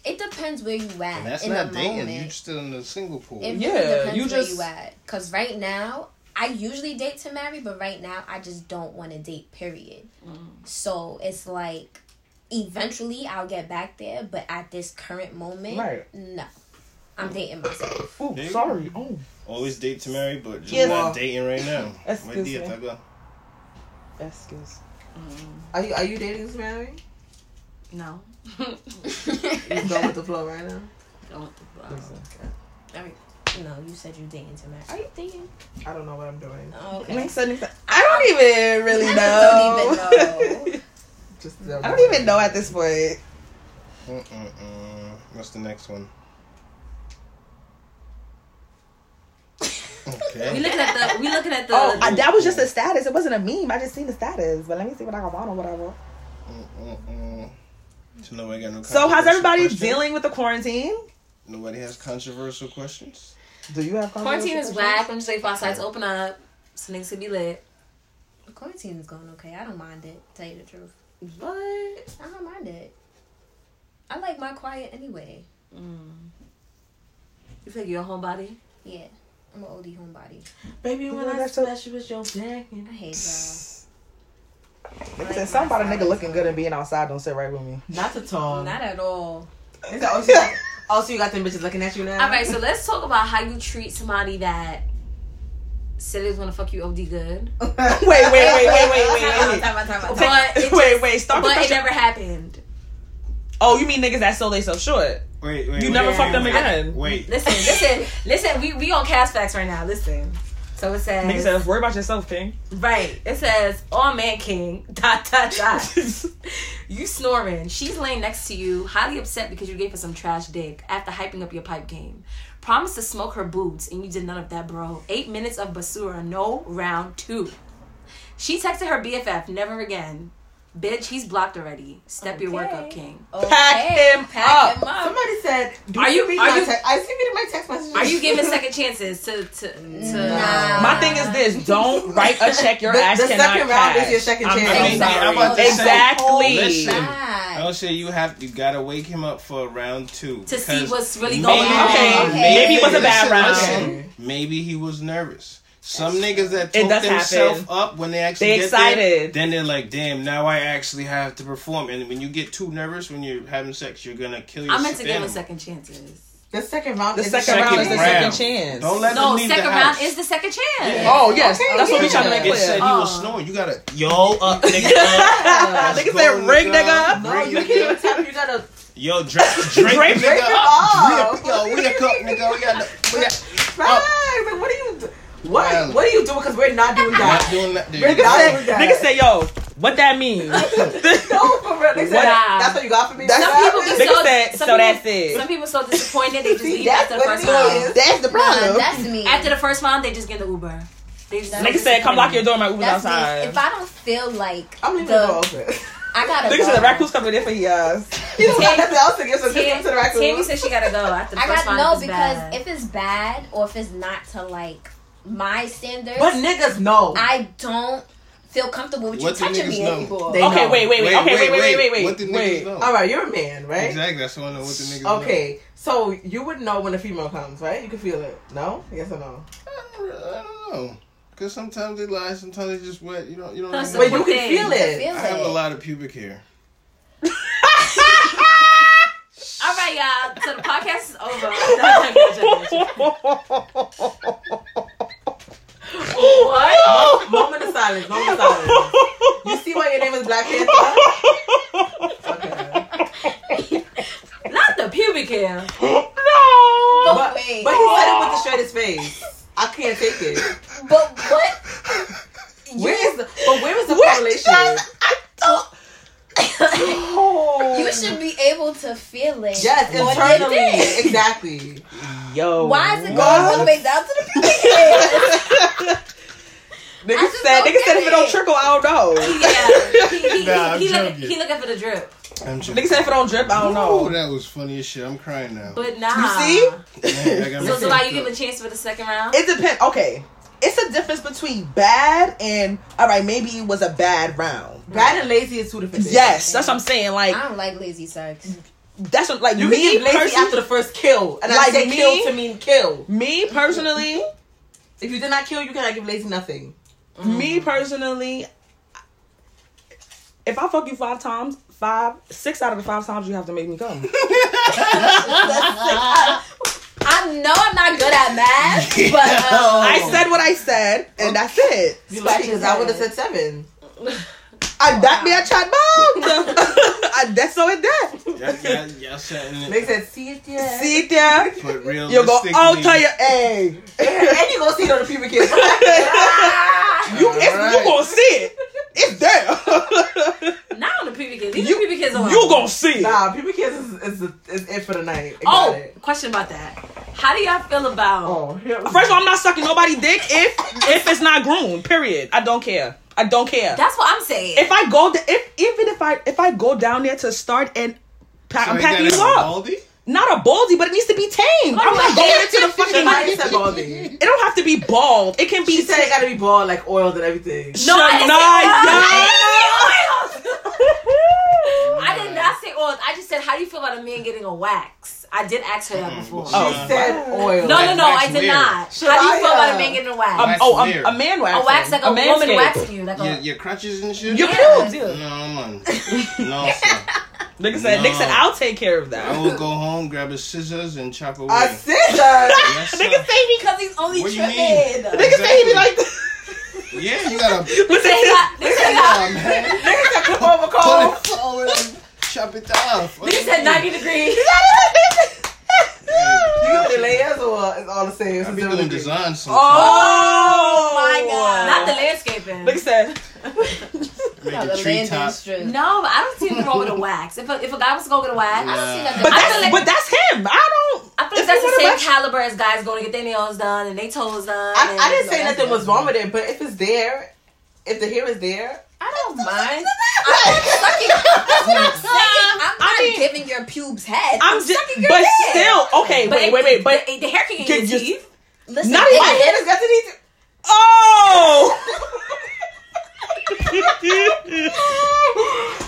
Speaker 3: It depends where you at
Speaker 5: And that's
Speaker 3: in
Speaker 5: not
Speaker 3: the
Speaker 5: dating.
Speaker 3: moment.
Speaker 5: You still in the single pool.
Speaker 3: It
Speaker 6: Yeah,
Speaker 3: really depends
Speaker 6: you
Speaker 3: where
Speaker 6: just-
Speaker 3: you at. Cause right now, I usually date to marry, but right now I just don't want to date. Period.
Speaker 2: Mm.
Speaker 3: So it's like, eventually I'll get back there, but at this current moment,
Speaker 6: Right.
Speaker 3: no, I'm
Speaker 2: <laughs>
Speaker 3: dating myself.
Speaker 6: Ooh,
Speaker 5: There you
Speaker 6: sorry. Oh,
Speaker 5: Always date to marry, but just
Speaker 1: Yes.
Speaker 5: not dating right now. My
Speaker 6: Excuse
Speaker 5: dear,
Speaker 6: me.
Speaker 5: Taga.
Speaker 6: excuse.
Speaker 1: Are you are you dating Samari?
Speaker 2: <laughs> No.
Speaker 1: You going with the flow right now?
Speaker 3: No, you said you dating to marry. Are you dating?
Speaker 1: I don't know what I'm doing.
Speaker 6: <laughs>
Speaker 3: Okay.
Speaker 6: I don't even really know.
Speaker 3: I don't even know.
Speaker 1: Just
Speaker 6: <laughs> I don't even know at this point.
Speaker 5: Mm-mm-mm. Mm, What's the next one?
Speaker 2: We
Speaker 5: Okay.
Speaker 2: looking at the we looking at the
Speaker 6: Oh, I, that was just a status. It wasn't a meme. I just seen the status. But let me see what I got on or whatever.
Speaker 5: Mm, Mm-mm-mm. So nobody got no
Speaker 6: So how's
Speaker 5: controversial
Speaker 6: everybody
Speaker 5: questions?
Speaker 6: dealing with the quarantine?
Speaker 5: Nobody has controversial questions?
Speaker 6: Do you have
Speaker 2: quarantine is
Speaker 6: controversial
Speaker 2: whack. I'm just waiting for our sites to open up. So niggas could be lit.
Speaker 3: Quarantine is going okay. I don't mind it. Tell you the truth,
Speaker 2: What?
Speaker 3: I don't mind it. I like my quiet anyway.
Speaker 2: Mm. You feel like you're a homebody?
Speaker 3: Yeah, I'm an oldie homebody.
Speaker 4: Baby,
Speaker 6: when I That's a-
Speaker 4: you with your back.
Speaker 3: I hate y'all.
Speaker 6: questions? Nigga said something about a nigga looking good and being outside. Don't sit right with <laughs> me.
Speaker 4: Not at all.
Speaker 3: Not at all.
Speaker 4: Is that also,
Speaker 1: Oh,
Speaker 4: also, you got them bitches looking at you now?
Speaker 2: All
Speaker 1: <laughs>
Speaker 2: right, so let's talk about how you treat somebody that said they was gonna fuck you OD
Speaker 6: <laughs>
Speaker 2: good,
Speaker 6: wait, wait, wait, wait, wait, wait,
Speaker 3: Time
Speaker 6: wait.
Speaker 3: out, time out, time out, time out.
Speaker 2: but it
Speaker 6: wait, <laughs> wait. Start with
Speaker 2: but it
Speaker 6: the-
Speaker 2: never happened.
Speaker 6: Oh, you mean niggas that sold they so short?
Speaker 5: Wait, wait.
Speaker 6: You
Speaker 5: wait,
Speaker 6: never
Speaker 5: wait,
Speaker 6: fucked them
Speaker 5: wait,
Speaker 6: again.
Speaker 5: Wait.
Speaker 2: Listen, listen, listen. We we on cast facts right now. Listen. So it says
Speaker 6: Niggas said, worry about yourself, King.
Speaker 2: right. It says all man king <laughs> dot dot dot. you snoring. She's laying next to you, highly upset because you gave her some trash dick after hyping up your pipe game. Promised to smoke her boots and you did none of that, bro. Eight minutes of basura, no round two. She texted her BFF, never again. Bitch, he's blocked already. Step your work up, king.
Speaker 6: Pack him up.
Speaker 3: him up.
Speaker 1: Somebody said, "Do
Speaker 2: Are
Speaker 1: you,
Speaker 2: you-
Speaker 1: read
Speaker 2: are
Speaker 1: my
Speaker 2: you-
Speaker 1: text?" I see reading my text messages.
Speaker 2: Are you
Speaker 1: <laughs>
Speaker 2: giving second chances to to, to uh,
Speaker 3: Nah.
Speaker 6: My thing is this: don't write a check your
Speaker 1: The-
Speaker 6: ass
Speaker 1: the
Speaker 6: cannot
Speaker 1: second round
Speaker 6: cash.
Speaker 1: is your second
Speaker 6: I'm
Speaker 1: chance.
Speaker 6: really
Speaker 5: I mean,
Speaker 6: sorry.
Speaker 5: I'm about to say-
Speaker 6: Exactly.
Speaker 5: Listen. I
Speaker 3: God.
Speaker 5: don't say you have you gotta wake him up for round two.
Speaker 2: to see
Speaker 5: because
Speaker 2: what's really
Speaker 5: maybe-
Speaker 2: going on?
Speaker 6: Okay. Maybe it was a bad
Speaker 5: listen,
Speaker 6: round.
Speaker 5: listen, maybe he was nervous. Some niggas that
Speaker 6: It
Speaker 5: talk
Speaker 6: does
Speaker 5: themselves
Speaker 6: happen.
Speaker 5: up when they actually
Speaker 6: They
Speaker 5: get There,
Speaker 6: excited.
Speaker 5: then they're like, "Damn, now I actually have to perform." And when you get too nervous when you're having sex, you're gonna kill yourself.
Speaker 2: I'm meant to give him second chances.
Speaker 1: The second round.
Speaker 6: The
Speaker 1: is
Speaker 6: second round is the
Speaker 5: Second
Speaker 6: second
Speaker 5: round.
Speaker 6: chance. <laughs>
Speaker 5: Don't let
Speaker 2: No,
Speaker 5: him leave the
Speaker 2: second
Speaker 5: house.
Speaker 2: round is the second chance.
Speaker 5: Yeah.
Speaker 6: Oh yes, that's what we
Speaker 1: yeah.
Speaker 6: trying to make
Speaker 5: It said he
Speaker 6: clear.
Speaker 5: was
Speaker 2: Oh.
Speaker 5: snoring. You gotta yo up, nigga. up.
Speaker 6: I think it
Speaker 5: Let's
Speaker 6: said
Speaker 5: go,
Speaker 6: ring,
Speaker 5: nigga.
Speaker 6: nigga.
Speaker 1: No, you can't tell. You gotta
Speaker 5: Yo, <laughs> Drake, Drake,
Speaker 6: Drape
Speaker 5: nigga,
Speaker 1: him
Speaker 5: up.
Speaker 1: up.
Speaker 5: Drake, yo, we a cup, nigga. We got, we got
Speaker 1: Right. Like, what are you? Do- what?
Speaker 5: Well.
Speaker 1: what are you doing? Because we're not doing
Speaker 5: not
Speaker 1: that.
Speaker 5: doing that. Dude.
Speaker 1: We're
Speaker 5: Y'all-
Speaker 1: not doing that.
Speaker 6: Nigga say, yo, what that
Speaker 1: <laughs>
Speaker 6: mean?
Speaker 1: no, for real. They said,
Speaker 2: Wow.
Speaker 1: That's what you got for me.
Speaker 6: That's-
Speaker 2: Some
Speaker 1: That's
Speaker 2: people
Speaker 1: it.
Speaker 2: get so,
Speaker 6: Nigga said,
Speaker 2: some
Speaker 6: so
Speaker 2: people,
Speaker 6: that's it.
Speaker 2: Some people so disappointed they just
Speaker 1: See,
Speaker 2: leave
Speaker 1: that's
Speaker 2: after the
Speaker 1: what
Speaker 2: first
Speaker 1: it
Speaker 2: round.
Speaker 1: is.
Speaker 6: That's the
Speaker 3: Nah, that's me.
Speaker 2: After the first round, they just get the Uber. They just
Speaker 3: Nigga
Speaker 6: Nigga said, come lock your door. My Uber's
Speaker 3: That's me.
Speaker 6: outside.
Speaker 3: If I don't feel like
Speaker 1: I'm leaving the door
Speaker 3: the,
Speaker 1: open.
Speaker 3: I gotta.
Speaker 6: Nigga
Speaker 3: go.
Speaker 6: said the raccoon's coming in for your ass.
Speaker 1: <laughs> You don't have nothing else to give, so just give
Speaker 2: Tam-
Speaker 1: them to the raccoon.
Speaker 2: Tammy said she gotta go after the
Speaker 3: I
Speaker 2: first
Speaker 3: gotta
Speaker 2: round.
Speaker 3: know
Speaker 2: is
Speaker 3: because
Speaker 2: bad.
Speaker 3: if it's bad or if it's not to like my standards,
Speaker 1: but niggas know.
Speaker 3: I don't feel comfortable with you
Speaker 5: What do
Speaker 3: touching me
Speaker 5: niggas know?
Speaker 3: anymore.
Speaker 1: They
Speaker 6: Okay,
Speaker 1: know.
Speaker 6: wait, wait, wait. Okay, wait, wait, wait, wait,
Speaker 5: What the
Speaker 6: wait.
Speaker 5: niggas
Speaker 6: Wait. <laughs>
Speaker 5: know?
Speaker 1: All right, you're a man, right?
Speaker 5: Exactly. That's what I know what the niggas know.
Speaker 1: Okay, so you would know when a female comes, right? You can feel it. No? Yes or no?
Speaker 5: I don't know. Cause Oh, sometimes they lie, sometimes they just wet. You don't. You don't.
Speaker 2: That's
Speaker 1: But
Speaker 5: even know.
Speaker 1: you
Speaker 2: one
Speaker 1: can
Speaker 2: thing.
Speaker 1: feel it.
Speaker 5: I
Speaker 3: Feel
Speaker 5: have a
Speaker 3: it.
Speaker 5: lot of pubic hair. <laughs>
Speaker 2: All right, y'all. So the podcast is over. what?
Speaker 1: Moment of silence. Moment of
Speaker 6: <laughs>
Speaker 1: silence. You see why your name is Black <laughs> Panther? Okay.
Speaker 6: <laughs>
Speaker 2: Not the pubic hair.
Speaker 6: No.
Speaker 1: But, but he said it with the straightest face. I can't take <laughs> it.
Speaker 3: But what?
Speaker 1: Where is the, but where is the
Speaker 6: What?
Speaker 1: correlation? <laughs>
Speaker 3: You <laughs> should be able to feel it.
Speaker 1: Yes,
Speaker 3: on your dick.
Speaker 1: internally. <laughs> Exactly.
Speaker 6: Yo.
Speaker 3: Why is it going
Speaker 6: what?
Speaker 3: all the way down to the pubic? I
Speaker 6: Nigga
Speaker 3: just
Speaker 6: said,
Speaker 3: don't
Speaker 6: nigga said
Speaker 3: get
Speaker 6: if it don't
Speaker 3: it.
Speaker 6: trickle, I don't
Speaker 1: <laughs>
Speaker 6: know.
Speaker 2: Yeah. He, he,
Speaker 5: Nah, I'm
Speaker 2: he, he, look,
Speaker 5: joking.
Speaker 2: he looking for the drip.
Speaker 5: I'm just.
Speaker 6: Nigga said if it don't drip, I don't
Speaker 5: Oh,
Speaker 6: know.
Speaker 5: that was funny as shit. I'm crying now.
Speaker 2: But nah.
Speaker 6: see?
Speaker 5: Man, I got
Speaker 2: So
Speaker 5: my
Speaker 2: July, you
Speaker 5: feelings
Speaker 2: give a
Speaker 5: hurt.
Speaker 2: chance for the second round?
Speaker 6: It depends. Okay. It's a difference between bad and, all right, maybe it was a bad round.
Speaker 1: Bad and lazy is two different things.
Speaker 6: Yes, that's what I'm saying. Like,
Speaker 3: I don't like lazy sex.
Speaker 6: that's what, like
Speaker 1: You can
Speaker 6: me
Speaker 1: get lazy
Speaker 6: personally.
Speaker 1: after the first kill, and
Speaker 6: Like
Speaker 1: I say
Speaker 6: me?
Speaker 1: kill to mean kill.
Speaker 6: me personally,
Speaker 1: If you did not kill, you cannot give lazy nothing. Mm-hmm.
Speaker 6: me personally, if I fuck you five times, five, six out of the five times you have to make
Speaker 1: <laughs>
Speaker 6: me come.
Speaker 3: I know I'm not good at
Speaker 6: <laughs>
Speaker 3: math, but um,
Speaker 6: uh, I said what I said, and that's it.
Speaker 1: Splashes, I would have said seven.
Speaker 6: I that me a
Speaker 1: <laughs>
Speaker 6: chat bomb. <laughs> I that's so it that.
Speaker 5: Y'all, y'all,
Speaker 6: <laughs>
Speaker 5: y'all setting
Speaker 1: They
Speaker 5: it.
Speaker 1: said, see it, yeah.
Speaker 6: See it there.
Speaker 5: But realistically,
Speaker 6: You go out to your
Speaker 1: <laughs>
Speaker 6: a.
Speaker 1: and you gonna see it on the pubic kids. <laughs>
Speaker 2: Ah!
Speaker 6: You it's, you gonna see it. It's there.
Speaker 2: Not on the pubic kids. Leave
Speaker 6: You-
Speaker 2: the pubic kids alone.
Speaker 6: you gonna see it.
Speaker 1: nah, pubic kids is, is, the- is it for the night. I got
Speaker 2: Oh,
Speaker 1: it.
Speaker 2: question about that. How do y'all feel about?
Speaker 1: Oh, here we
Speaker 6: First of all, I'm not sucking nobody dick if if it's not groomed. Period. I don't care. I don't care.
Speaker 2: That's what I'm saying.
Speaker 6: if I go da- if even if I if I go down there to start and pack,
Speaker 5: So
Speaker 6: I'm
Speaker 5: they
Speaker 6: packing
Speaker 5: got
Speaker 6: you
Speaker 5: a
Speaker 6: up.
Speaker 5: baldy?
Speaker 6: Not a baldy, but it needs to be tamed. I'm not going into the fucking.
Speaker 1: Somebody
Speaker 6: It
Speaker 1: said baldy.
Speaker 6: don't have to be bald. It can be.
Speaker 1: She said it
Speaker 6: ta-
Speaker 1: gotta be bald, like oiled and everything.
Speaker 2: no, I didn't say
Speaker 6: Shania!
Speaker 2: oils.
Speaker 6: <laughs>
Speaker 2: I did not say oils. I just said, how do you feel about a man getting a wax? I did ask her that before.
Speaker 5: Oh.
Speaker 1: She said oil.
Speaker 2: No, no, no,
Speaker 5: Wax
Speaker 2: I did
Speaker 5: weird.
Speaker 2: not. How do you feel about a man getting a wax?
Speaker 6: Um, oh, um,
Speaker 5: Wax
Speaker 6: a man wax.
Speaker 2: a wax like a,
Speaker 6: man's
Speaker 2: woman
Speaker 6: game.
Speaker 2: waxing you, like a.
Speaker 5: Your, your crutches and shit?
Speaker 6: Your
Speaker 2: Yeah.
Speaker 6: pubes.
Speaker 5: No,
Speaker 6: <laughs>
Speaker 5: man. No, sir.
Speaker 6: Nigga said, nigga said,
Speaker 5: No.
Speaker 6: I'll take care of
Speaker 5: I
Speaker 6: that.
Speaker 5: will go home, grab a scissors, and chop away.
Speaker 1: A scissor. <laughs>
Speaker 5: Yes, sir.
Speaker 6: Nigga say he,
Speaker 2: because he's only
Speaker 5: What do you
Speaker 2: tripping.
Speaker 5: mean?
Speaker 6: <laughs> nigga say he be like, <laughs>
Speaker 5: Yeah, you gotta
Speaker 6: with
Speaker 2: They
Speaker 6: the
Speaker 2: got, they
Speaker 5: <laughs>
Speaker 2: got,
Speaker 1: Come over,
Speaker 5: pull
Speaker 1: Cole.
Speaker 5: it forward and chop it off.
Speaker 2: they said 90 degrees.
Speaker 5: Hey,
Speaker 1: You got the layers or it's all the same? It's
Speaker 5: I be
Speaker 1: zero
Speaker 5: doing
Speaker 1: degrees.
Speaker 5: design sometimes.
Speaker 6: Oh
Speaker 3: my God.
Speaker 2: Not the landscaping.
Speaker 6: Nigga said,
Speaker 5: Make
Speaker 3: no,
Speaker 5: a
Speaker 3: the
Speaker 5: tree
Speaker 3: landing
Speaker 5: top.
Speaker 3: strip.
Speaker 2: No, but I don't see anything wrong with a wax. If a, if a guy was to go get a wax,
Speaker 3: I don't see nothing.
Speaker 6: but
Speaker 2: I
Speaker 6: that's
Speaker 2: feel like-
Speaker 6: but that's him. I don't.
Speaker 2: I feel like
Speaker 6: If
Speaker 2: that's
Speaker 6: you
Speaker 2: the
Speaker 6: wanna
Speaker 2: same
Speaker 6: wax-
Speaker 2: caliber as guys going to get their nails done and they toes done.
Speaker 1: I, I didn't
Speaker 3: No,
Speaker 1: say
Speaker 3: that's
Speaker 1: nothing was
Speaker 3: good.
Speaker 1: wrong with it, but if it's there, if the hair is there,
Speaker 3: I don't mind. I'm
Speaker 1: <laughs>
Speaker 3: not
Speaker 6: <laughs>
Speaker 3: sucking. That's what I'm saying. I'm
Speaker 6: I
Speaker 3: not
Speaker 6: mean-
Speaker 3: giving your pubes head.
Speaker 6: I'm just,
Speaker 3: sucking your
Speaker 6: but
Speaker 3: dick.
Speaker 6: still, okay,
Speaker 2: But
Speaker 6: wait,
Speaker 2: it-
Speaker 6: wait, wait, but
Speaker 2: the, the hair can get
Speaker 6: Can
Speaker 2: in your
Speaker 6: you-
Speaker 2: teeth.
Speaker 3: Listen,
Speaker 6: Not even-
Speaker 3: it-
Speaker 1: my hair has got to need.
Speaker 6: oh,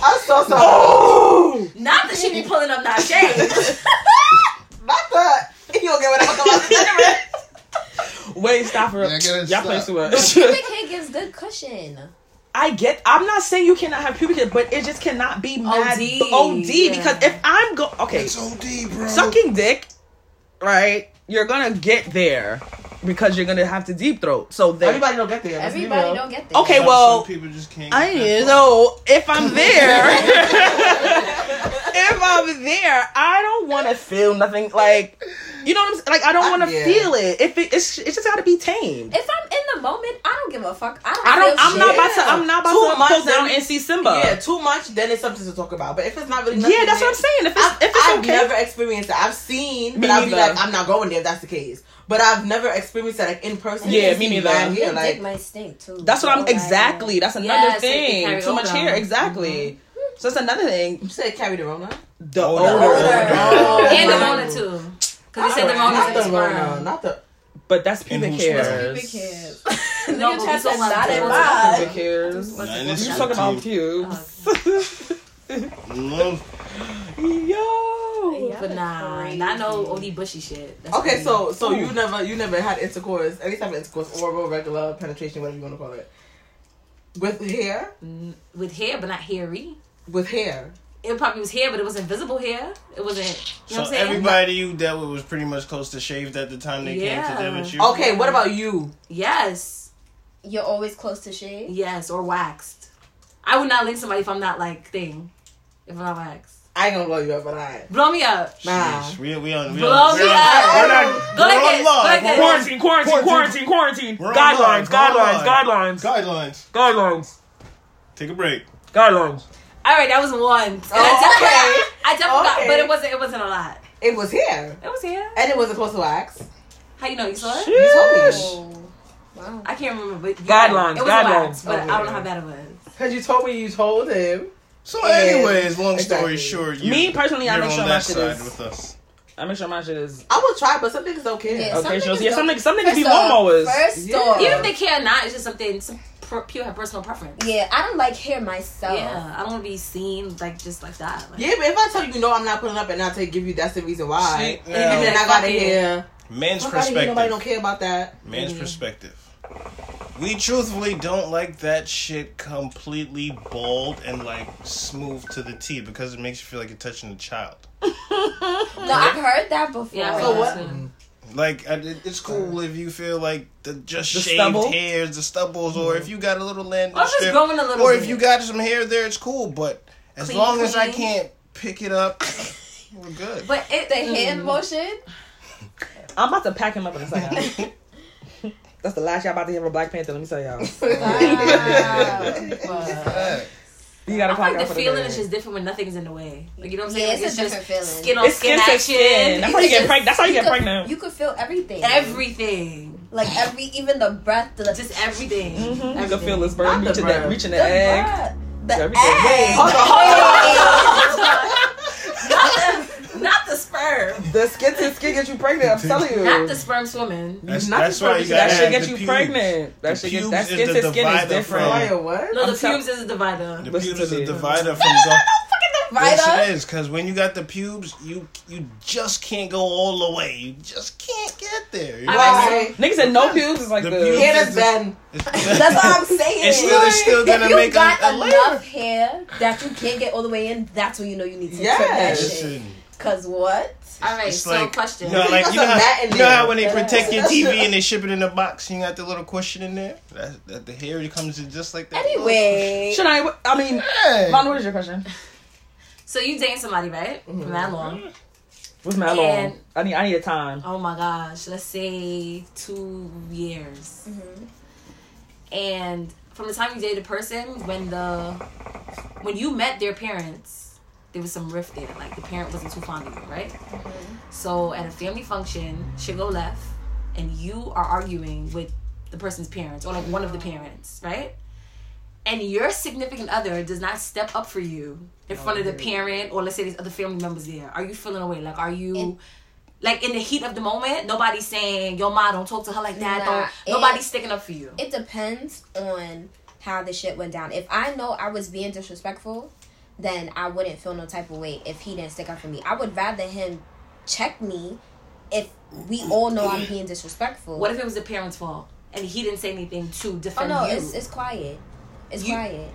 Speaker 1: I'm so sorry.
Speaker 6: <laughs> oh,
Speaker 2: Not that she be pulling up not
Speaker 1: <laughs>
Speaker 6: <laughs>
Speaker 2: shades.
Speaker 1: Not the. You don't get what I'm talking about.
Speaker 6: wait, stop her.
Speaker 5: Yeah, I gotta
Speaker 6: Y'all
Speaker 5: stop.
Speaker 6: playing too
Speaker 3: pubic
Speaker 2: <laughs>
Speaker 6: much.
Speaker 3: hair gives good cushion.
Speaker 6: <laughs> I get. I'm not saying you cannot have pubic hair, but it just cannot be mad
Speaker 2: OD,
Speaker 6: OD
Speaker 2: yeah.
Speaker 6: because if I'm go, okay,
Speaker 5: It's OD, bro.
Speaker 6: sucking dick, right? You're gonna get there because you're gonna have to deep throat. So there.
Speaker 1: Everybody don't get there. let's be
Speaker 3: Everybody
Speaker 1: real.
Speaker 3: don't get that.
Speaker 6: Okay,
Speaker 5: Some-
Speaker 6: well,
Speaker 5: some people just can't.
Speaker 6: I
Speaker 5: get that far.
Speaker 6: know if I'm
Speaker 1: <laughs>
Speaker 6: there, <laughs> if I'm there, I don't want to feel nothing like, you know what I'm saying? Like I don't
Speaker 1: I-
Speaker 6: want to
Speaker 1: yeah.
Speaker 6: feel it. If it, it's, it's just got to be tamed.
Speaker 3: If I'm in the moment, I don't give a fuck. I don't.
Speaker 6: I don't.
Speaker 3: feel
Speaker 6: I'm not
Speaker 3: shit.
Speaker 6: about to. I'm not about
Speaker 1: Two
Speaker 6: to
Speaker 1: months
Speaker 6: pull down
Speaker 1: and-
Speaker 6: and see Simba.
Speaker 1: Yeah,
Speaker 6: Yeah,
Speaker 1: too much, then it's something to talk about. But if it's not really, nothing
Speaker 6: that's what
Speaker 1: there-
Speaker 6: I'm saying. If it's,
Speaker 1: I've,
Speaker 6: if it's
Speaker 1: I've
Speaker 6: okay,
Speaker 1: never experienced that. I've seen,
Speaker 6: Me
Speaker 1: but I'll be
Speaker 6: neither.
Speaker 1: like, I'm not going there if that's the case. But I've never experienced that like in person.
Speaker 6: Yeah,
Speaker 1: It's
Speaker 6: me neither.
Speaker 1: mad
Speaker 3: Your
Speaker 1: Here, like,
Speaker 3: dick might stink too.
Speaker 6: that's what
Speaker 3: Oh,
Speaker 6: I'm.
Speaker 3: like,
Speaker 6: Exactly. That's another
Speaker 2: Yes, it can
Speaker 6: thing.
Speaker 2: carry
Speaker 6: Too much
Speaker 2: over.
Speaker 6: hair. Exactly.
Speaker 1: Mm-hmm.
Speaker 6: So that's another thing.
Speaker 1: you said carry the Rona?
Speaker 6: The
Speaker 5: Older.
Speaker 6: odor.
Speaker 5: Older.
Speaker 1: Oh,
Speaker 2: and the
Speaker 1: right.
Speaker 2: Rona too. Because they said the
Speaker 1: Not
Speaker 2: Rona is
Speaker 1: the Rona.
Speaker 2: sperm.
Speaker 1: Not the.
Speaker 6: <laughs> But that's
Speaker 5: And
Speaker 6: pubic
Speaker 5: who's first?
Speaker 6: hair.
Speaker 3: Pubic hair.
Speaker 2: No,
Speaker 3: You
Speaker 2: but we
Speaker 3: just
Speaker 2: don't want
Speaker 3: said
Speaker 2: to
Speaker 3: that
Speaker 2: do
Speaker 3: lie.
Speaker 2: it.
Speaker 6: Pubic hairs.
Speaker 5: Nah,
Speaker 2: You
Speaker 5: and it's
Speaker 6: You
Speaker 5: your
Speaker 6: talking about
Speaker 5: teeth.
Speaker 6: pubes? <laughs>
Speaker 5: Love.
Speaker 6: Yo.
Speaker 2: But nah, not no oldie bushy shit. That's
Speaker 1: Okay,
Speaker 2: crazy.
Speaker 1: so so you never you never had intercourse, any type of intercourse, oral, regular, penetration, whatever you want to call it, with hair,
Speaker 2: Mm, with hair, but not hairy.
Speaker 1: with hair.
Speaker 2: It probably was hair, but it was invisible hair. It wasn't. You know
Speaker 5: So
Speaker 2: what I'm saying?
Speaker 5: everybody you dealt with was pretty much close to shaved at the time they came
Speaker 2: Yeah.
Speaker 5: to live with you.
Speaker 1: Okay, what about you?
Speaker 2: Yes,
Speaker 3: You're always close to shade.
Speaker 2: yes, or waxed. I would not link somebody if I'm not like thing. If I'm not waxed,
Speaker 1: I ain't gonna blow you up, but I.
Speaker 2: blow me up.
Speaker 1: Nah.
Speaker 5: Jeez, we we on we
Speaker 2: Blow
Speaker 5: on,
Speaker 2: me
Speaker 5: we're on,
Speaker 2: up.
Speaker 5: we're not
Speaker 2: Go
Speaker 5: we're
Speaker 2: like
Speaker 5: on
Speaker 2: this,
Speaker 5: live.
Speaker 2: go like
Speaker 5: We're
Speaker 2: this.
Speaker 6: Quarantine,
Speaker 5: on
Speaker 6: quarantine, quarantine, quarantine.
Speaker 5: We're on
Speaker 6: Guidelines,
Speaker 5: live, we're on
Speaker 6: guidelines,
Speaker 5: live.
Speaker 6: guidelines,
Speaker 5: Guidelines.
Speaker 6: guidelines,
Speaker 5: Take a break.
Speaker 6: guidelines.
Speaker 2: All right, that was one. And I
Speaker 1: Oh, okay.
Speaker 2: definitely, I definitely got,
Speaker 1: Okay.
Speaker 2: but it wasn't. It wasn't a lot.
Speaker 1: It was hair,
Speaker 2: It was hair.
Speaker 1: and it wasn't close to wax.
Speaker 2: How you know you saw it?
Speaker 1: You told me
Speaker 3: Oh, wow.
Speaker 2: I can't remember. But
Speaker 6: Guidelines,
Speaker 2: It was
Speaker 6: guidelines.
Speaker 2: a wax, but
Speaker 1: Oh,
Speaker 2: I don't know
Speaker 1: yeah.
Speaker 2: how bad it was.
Speaker 1: because you told me you told him.
Speaker 5: So,
Speaker 1: Yeah,
Speaker 5: anyways, long story
Speaker 1: exactly.
Speaker 5: short, you,
Speaker 6: Me, personally, I
Speaker 5: you're
Speaker 6: make
Speaker 5: on
Speaker 6: sure my
Speaker 5: that
Speaker 6: shit
Speaker 5: side
Speaker 6: is-
Speaker 5: with us.
Speaker 6: I make sure my shit is
Speaker 1: I will try, but some niggas don't care.
Speaker 3: Yeah,
Speaker 6: okay.
Speaker 3: niggas
Speaker 6: so- Yeah, some
Speaker 3: don't-
Speaker 6: niggas, some niggas be
Speaker 3: First off,
Speaker 6: lawnmowers.
Speaker 3: First
Speaker 1: Yeah.
Speaker 3: off,
Speaker 2: Even if they care or not, it's just something. Some per- pure her personal preference.
Speaker 3: Yeah, I don't like hear myself.
Speaker 2: Yeah, I don't want to be seen like just like that. Like,
Speaker 4: Yeah, but if I tell you no, I'm not putting up, and I tell you, give you that's the reason why.
Speaker 5: See,
Speaker 4: and
Speaker 5: now,
Speaker 4: then I gotta
Speaker 2: Fuck it.
Speaker 4: hear.
Speaker 5: man's
Speaker 4: Nobody, here, nobody
Speaker 5: perspective.
Speaker 4: don't care about that.
Speaker 5: Man's perspective. We truthfully don't like that shit completely bald and like smooth to the T because it makes you feel like you're touching a child.
Speaker 3: No, I've heard that before.
Speaker 2: Yeah, I
Speaker 4: So
Speaker 2: feel
Speaker 4: what-
Speaker 2: that too.
Speaker 5: Like I- it- it's cool if you feel like the just
Speaker 6: The
Speaker 5: shaved
Speaker 6: stubble?
Speaker 5: hairs, the stubbles, or if you got a little land,
Speaker 2: Or if it's growing a little
Speaker 5: or
Speaker 2: bit.
Speaker 5: if you got some hair there, it's cool. But as
Speaker 2: Clean,
Speaker 5: long as I
Speaker 2: clean.
Speaker 5: can't pick it up, <laughs> we're good. <laughs>
Speaker 2: But it
Speaker 3: The hand motion.
Speaker 6: I'm about to pack him up in a
Speaker 5: <laughs>
Speaker 6: second. That's the last y'all about to hear from Black Panther. Let me tell y'all. You gotta
Speaker 2: I
Speaker 6: clock
Speaker 2: feel
Speaker 6: out
Speaker 2: like
Speaker 6: for
Speaker 2: the
Speaker 6: the
Speaker 2: feeling
Speaker 6: day.
Speaker 2: is just different when nothing's in the way. Like you know what I'm
Speaker 3: Yeah,
Speaker 2: saying?
Speaker 3: it's a
Speaker 2: like,
Speaker 3: different feeling.
Speaker 2: skin on
Speaker 6: It's
Speaker 2: skin,
Speaker 6: skin to
Speaker 2: action.
Speaker 6: skin. That's how you get pregnant. That's how you get
Speaker 3: could-
Speaker 6: pregnant.
Speaker 3: You could feel everything.
Speaker 2: Everything,
Speaker 3: like every even the breath, the
Speaker 2: just everything.
Speaker 6: Mm-hmm. You can feel this bird
Speaker 4: Not the
Speaker 6: reaching the,
Speaker 4: bird.
Speaker 6: reaching the,
Speaker 3: the
Speaker 6: egg.
Speaker 3: breath, the
Speaker 6: Everything.
Speaker 3: egg.
Speaker 4: Hold on, hold
Speaker 2: not, the, <laughs> not the
Speaker 6: <laughs>
Speaker 2: sperm,
Speaker 6: The skin to skin get you pregnant. I'm telling you.
Speaker 2: not the sperm swimming.
Speaker 5: that's,
Speaker 6: Not
Speaker 5: that's
Speaker 6: the
Speaker 5: why
Speaker 6: sperm.
Speaker 5: you
Speaker 6: that
Speaker 5: gotta
Speaker 6: shit
Speaker 5: have
Speaker 6: get
Speaker 5: the
Speaker 6: you
Speaker 5: pubes.
Speaker 6: pregnant. That
Speaker 5: The
Speaker 6: shit gets
Speaker 5: pubes
Speaker 6: that
Speaker 5: is
Speaker 6: skin
Speaker 5: the
Speaker 6: to skin is
Speaker 5: divider
Speaker 6: different.
Speaker 5: from-
Speaker 4: on. Wait, what?
Speaker 2: No,
Speaker 6: I'm
Speaker 2: the
Speaker 6: tell-
Speaker 2: pubes is a divider.
Speaker 5: The
Speaker 6: Listen
Speaker 5: pubes is
Speaker 6: to
Speaker 5: a
Speaker 6: me.
Speaker 5: divider from go- <laughs> Yes,
Speaker 3: Right
Speaker 5: it is. Because when you got the pubes, you you just can't go all the way. You just can't get there. You know what I mean?
Speaker 4: Why?
Speaker 6: Niggas said no pubes is like the.
Speaker 5: The pubes-
Speaker 4: Hair that's bad.
Speaker 5: It's-
Speaker 3: <laughs> That's what I'm saying.
Speaker 5: It's still- it's still gonna
Speaker 3: if you
Speaker 5: make
Speaker 3: got
Speaker 5: a- a layer.
Speaker 3: enough hair that you can't get all the way in, that's when you know you need to trim that
Speaker 4: Yes.
Speaker 3: shit.
Speaker 5: Listen,
Speaker 3: Cause what?
Speaker 2: All right,
Speaker 5: it's
Speaker 2: so
Speaker 5: like,
Speaker 2: question.
Speaker 5: You know, like, you
Speaker 4: That's
Speaker 5: know,
Speaker 4: a mat
Speaker 5: how,
Speaker 4: in
Speaker 5: you know
Speaker 4: there.
Speaker 5: how when they protect your
Speaker 4: That's-
Speaker 5: TV and they ship it in a box, and you got the little question in there. That, that the hair comes in just like that.
Speaker 3: Anyway,
Speaker 6: Should I? I mean, Von,
Speaker 5: Yeah.
Speaker 6: what is your question?
Speaker 2: So you dating somebody, right? For
Speaker 6: Mm-hmm.
Speaker 2: that long.
Speaker 6: What's my long?
Speaker 2: And-
Speaker 6: I need I need a time.
Speaker 2: Oh my gosh, let's say two years. And from the time you dated a person, when the when you met their parents, there was some rift there. Like the parent wasn't too fond of you, right? So at a family function, shit go left, and you are arguing with the person's parents or like one of the parents, right? And your significant other does not step up for you in front of the parent or let's say these other family members there. Are you feeling away? Like are you
Speaker 3: In-
Speaker 2: like in the heat of the moment, nobody's saying, Yo ma, don't talk to her like that.
Speaker 3: Nah,
Speaker 2: Don't,
Speaker 3: it-
Speaker 2: nobody's sticking up for you.
Speaker 3: it depends on how the shit went down. If I know I was being disrespectful, then I wouldn't feel no type of way if he didn't stick up for me. I would rather him check me if we all know I'm being disrespectful.
Speaker 2: what if it was the parent's fault? And he didn't say anything to
Speaker 3: oh
Speaker 2: defend
Speaker 3: no,
Speaker 2: you.
Speaker 3: it's it's quiet. It's
Speaker 2: You-
Speaker 3: quiet.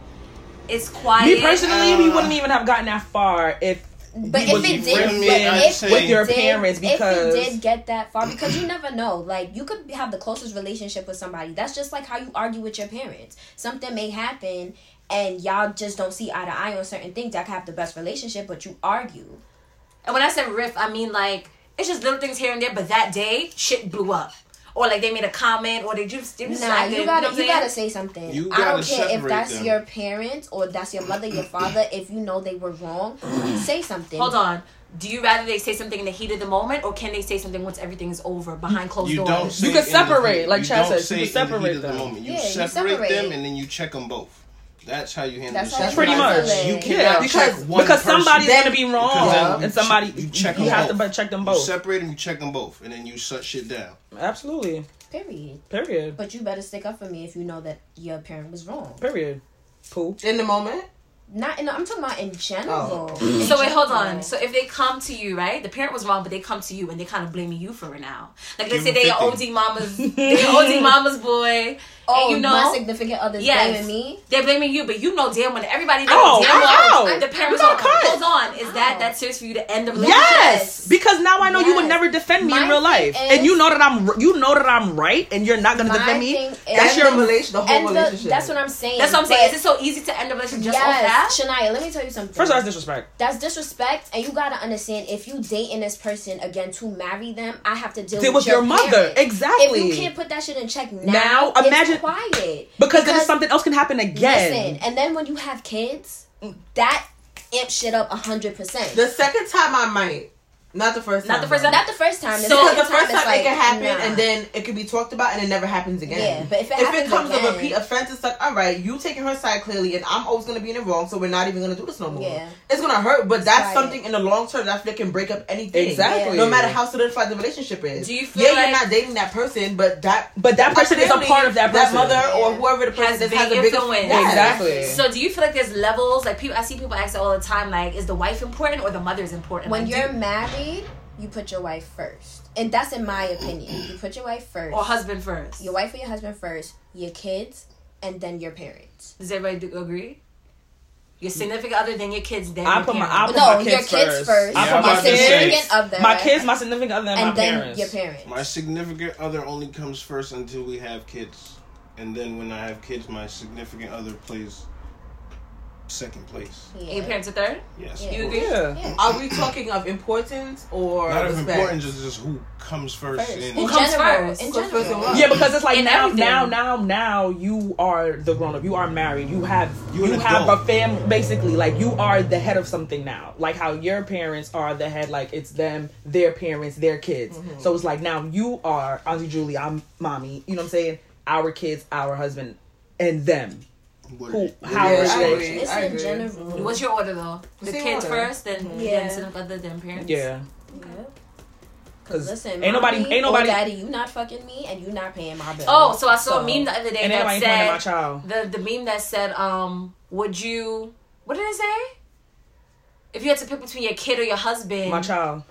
Speaker 2: It's quiet.
Speaker 6: Me personally, we wouldn't even have gotten that far if
Speaker 3: But
Speaker 6: you
Speaker 3: if
Speaker 6: was
Speaker 3: it did,
Speaker 5: friends
Speaker 3: but
Speaker 5: with
Speaker 3: if
Speaker 5: your
Speaker 3: it did-
Speaker 6: parents because-
Speaker 3: if it did get that far, because you never know. Like you could have the closest relationship with somebody. That's just like how you argue with your parents. Something may happen, and y'all just don't see eye to eye on certain things. Y'all can have the best relationship, but you argue.
Speaker 2: And when I said riff, I mean like it's just little things here and there. But that day, shit blew up, or like they made a comment, or they just they just
Speaker 3: Nah,
Speaker 2: acted,
Speaker 3: you
Speaker 2: know what
Speaker 3: gotta
Speaker 2: I'm
Speaker 3: you
Speaker 2: saying?
Speaker 3: gotta say something.
Speaker 5: You
Speaker 3: I
Speaker 5: gotta
Speaker 3: don't care if
Speaker 5: separate
Speaker 3: that's
Speaker 5: them.
Speaker 3: your parents or that's your mother, your father. If you know they were wrong, say something.
Speaker 2: Hold on. Do you rather they say something in the heat of the moment, or can they say something once everything is over behind closed
Speaker 5: You
Speaker 2: doors?
Speaker 5: don't. say
Speaker 6: You can
Speaker 5: in the heat-
Speaker 6: separate, like
Speaker 5: you
Speaker 6: Chad
Speaker 5: don't
Speaker 6: says, you can
Speaker 5: say in the heat
Speaker 6: separate
Speaker 5: of the
Speaker 6: them.
Speaker 5: moment. You
Speaker 3: Yeah, you
Speaker 5: separate, them
Speaker 3: separate.
Speaker 5: and then you check them both. That's how you handle
Speaker 3: That's
Speaker 5: the
Speaker 3: how you
Speaker 5: situation.
Speaker 6: Pretty much.
Speaker 3: isolate.
Speaker 5: You
Speaker 4: Yeah,
Speaker 5: cannot
Speaker 4: because-
Speaker 5: check one
Speaker 6: because
Speaker 5: person.
Speaker 6: somebody's
Speaker 4: Then-
Speaker 6: gonna be wrong
Speaker 5: Because then
Speaker 6: and
Speaker 5: you
Speaker 6: somebody
Speaker 5: check- you check
Speaker 6: you
Speaker 5: them
Speaker 6: have to
Speaker 5: both.
Speaker 6: bu- check them
Speaker 5: You
Speaker 6: both.
Speaker 5: separate them, you check them both, and then you shut shit down.
Speaker 6: Absolutely.
Speaker 3: Period.
Speaker 6: Period.
Speaker 3: But you better stick up for me if you know that your parent was wrong.
Speaker 6: Period. Poo.
Speaker 4: In the moment,
Speaker 3: Not in. I'm talking about in general.
Speaker 6: Oh.
Speaker 2: So wait, hold on. So if they come to you, right? The parent was wrong, but they come to you and they kind of blaming you for it now. Like let's
Speaker 5: Give
Speaker 2: say they
Speaker 5: them
Speaker 2: are OD
Speaker 5: 50.
Speaker 3: <laughs>
Speaker 2: mama's, they are OD mama's boy.
Speaker 3: oh,
Speaker 2: and you know,
Speaker 3: my significant other's
Speaker 2: Yes.
Speaker 3: blaming me.
Speaker 2: They're blaming you, but you know damn when everybody knows
Speaker 6: Ow,
Speaker 2: damn
Speaker 6: ow,
Speaker 2: well
Speaker 6: ow.
Speaker 2: the parents
Speaker 6: We
Speaker 2: are
Speaker 6: gotta cut.
Speaker 2: hold on. Is that that serious for you to end the relationship?
Speaker 6: Yes, because now I know you would
Speaker 3: Yes.
Speaker 6: never defend me in
Speaker 3: My
Speaker 6: real life,
Speaker 3: thing
Speaker 6: and you know that I'm r- you know that I'm right, and you're not gonna
Speaker 3: My
Speaker 6: defend me.
Speaker 3: thing is,
Speaker 4: that's your relation, the whole
Speaker 3: and the-
Speaker 4: relationship.
Speaker 3: that's what I'm saying.
Speaker 2: That's what I'm saying.
Speaker 3: But
Speaker 2: Is it so easy to end a relationship just
Speaker 3: yes,
Speaker 2: off that?
Speaker 3: Shania, let me tell you something.
Speaker 6: First of all, that's disrespect.
Speaker 3: that's disrespect, and you gotta understand if you dating this person again to marry them, I have to deal
Speaker 6: Deal
Speaker 3: with,
Speaker 6: with your mother.
Speaker 3: parents.
Speaker 6: Exactly.
Speaker 3: If you can't put that shit in check now,
Speaker 6: Now,
Speaker 3: it's
Speaker 6: imagine-
Speaker 3: quiet.
Speaker 6: Because, then something else can happen again.
Speaker 3: Listen, and then when you have kids, that amp shit up hundred percent.
Speaker 4: the second time I might. Not the first time.
Speaker 2: Not the first
Speaker 4: though.
Speaker 2: time.
Speaker 3: Not the first time.
Speaker 2: So-
Speaker 3: The
Speaker 4: Because
Speaker 3: second
Speaker 4: the first
Speaker 3: it's
Speaker 4: time it
Speaker 3: like,
Speaker 4: can happen,
Speaker 3: nah.
Speaker 4: and then it could be talked about, and it never happens again.
Speaker 3: Yeah, but if it
Speaker 4: if it
Speaker 3: happens
Speaker 4: comes
Speaker 3: again-
Speaker 4: a repeat offense, it's like, all right, you taking her side clearly, and I'm always gonna be in the wrong, so we're not even gonna do this no more.
Speaker 3: Yeah.
Speaker 4: It's gonna hurt, but that's
Speaker 3: Right.
Speaker 4: something in the long term that that can break up anything.
Speaker 6: Exactly.
Speaker 4: No matter how solidified the relationship is.
Speaker 2: Do you feel
Speaker 4: yeah,
Speaker 2: like-
Speaker 4: you're not dating that person, but that
Speaker 6: But that person is a
Speaker 4: family,
Speaker 6: part of that person.
Speaker 4: mother or
Speaker 3: Yeah.
Speaker 4: whoever the
Speaker 2: Has
Speaker 4: person is has
Speaker 2: big
Speaker 4: a big
Speaker 2: influence.
Speaker 4: Yes.
Speaker 6: Exactly.
Speaker 2: So do you feel like there's levels? Like people, I see people ask that all the time. Like, is the wife important or the mother is important?
Speaker 3: when
Speaker 2: Like,
Speaker 3: you're
Speaker 2: do-
Speaker 3: married, you put your wife first, and that's in my opinion. You put your wife first,
Speaker 2: or husband first.
Speaker 3: your wife or your husband first, your kids, and then your parents.
Speaker 2: Does everybody do, agree? Your significant other than your kids. Then
Speaker 6: I
Speaker 2: your
Speaker 6: put my I
Speaker 2: parents.
Speaker 6: put
Speaker 3: No,
Speaker 6: my kids
Speaker 3: your kids
Speaker 6: first.
Speaker 3: first.
Speaker 6: I
Speaker 5: Yeah, I'm
Speaker 6: put my
Speaker 5: about to
Speaker 3: your
Speaker 5: say.
Speaker 6: kids,
Speaker 3: significant other,
Speaker 6: my kids, my significant other, and,
Speaker 3: and
Speaker 6: my
Speaker 3: then
Speaker 6: parents.
Speaker 3: your parents.
Speaker 5: My significant other only comes first until we have kids, and then when I have kids, my significant other plays second place.
Speaker 3: Yeah.
Speaker 2: And your parents are third.
Speaker 5: Yes,
Speaker 3: Yeah.
Speaker 5: of
Speaker 2: You
Speaker 5: course.
Speaker 2: agree?
Speaker 6: Yeah.
Speaker 3: Yeah.
Speaker 4: Are we talking of importance or
Speaker 5: Not of
Speaker 4: respect?
Speaker 5: importance, just, just who comes first.
Speaker 3: First.
Speaker 5: and-
Speaker 2: Who
Speaker 3: In
Speaker 2: comes
Speaker 3: general,
Speaker 2: first?
Speaker 3: in
Speaker 4: Who comes first
Speaker 3: general.
Speaker 4: and why?
Speaker 6: Yeah, because it's like
Speaker 2: In
Speaker 6: now,
Speaker 2: everything.
Speaker 6: now, now, now, you are the grown up. You are married. You have
Speaker 5: You
Speaker 6: you
Speaker 5: an
Speaker 6: have
Speaker 5: adult.
Speaker 6: a family. Basically, like you are the head of something now. Like how your parents are the head. Like it's them, their parents, their kids. So it's like now you are Auntie Julie. I'm mommy. You know what I'm saying? Our kids, our husband, and them.
Speaker 5: What-
Speaker 6: Who-
Speaker 5: what
Speaker 6: how
Speaker 5: is
Speaker 6: is
Speaker 5: it?
Speaker 6: it?
Speaker 3: It's
Speaker 4: I
Speaker 3: in
Speaker 4: agree.
Speaker 3: general.
Speaker 2: What's your order though? The
Speaker 4: Same
Speaker 2: kids
Speaker 4: order.
Speaker 2: first, then
Speaker 3: Yeah.
Speaker 2: then significant other, then parents.
Speaker 6: Yeah.
Speaker 3: Because
Speaker 6: 'Cause
Speaker 3: listen,
Speaker 6: ain't nobody-
Speaker 3: mommy
Speaker 6: ain't
Speaker 3: or
Speaker 6: nobody-
Speaker 3: daddy, you not fucking me, and you not paying my bill.
Speaker 2: Oh, so I saw
Speaker 3: So-
Speaker 2: a meme the other day
Speaker 6: And
Speaker 2: that
Speaker 6: anybody pointing at my
Speaker 2: said
Speaker 6: child.
Speaker 2: the the meme that said, um, would you? What did it say? If you had to pick between your kid or your husband,
Speaker 6: My child.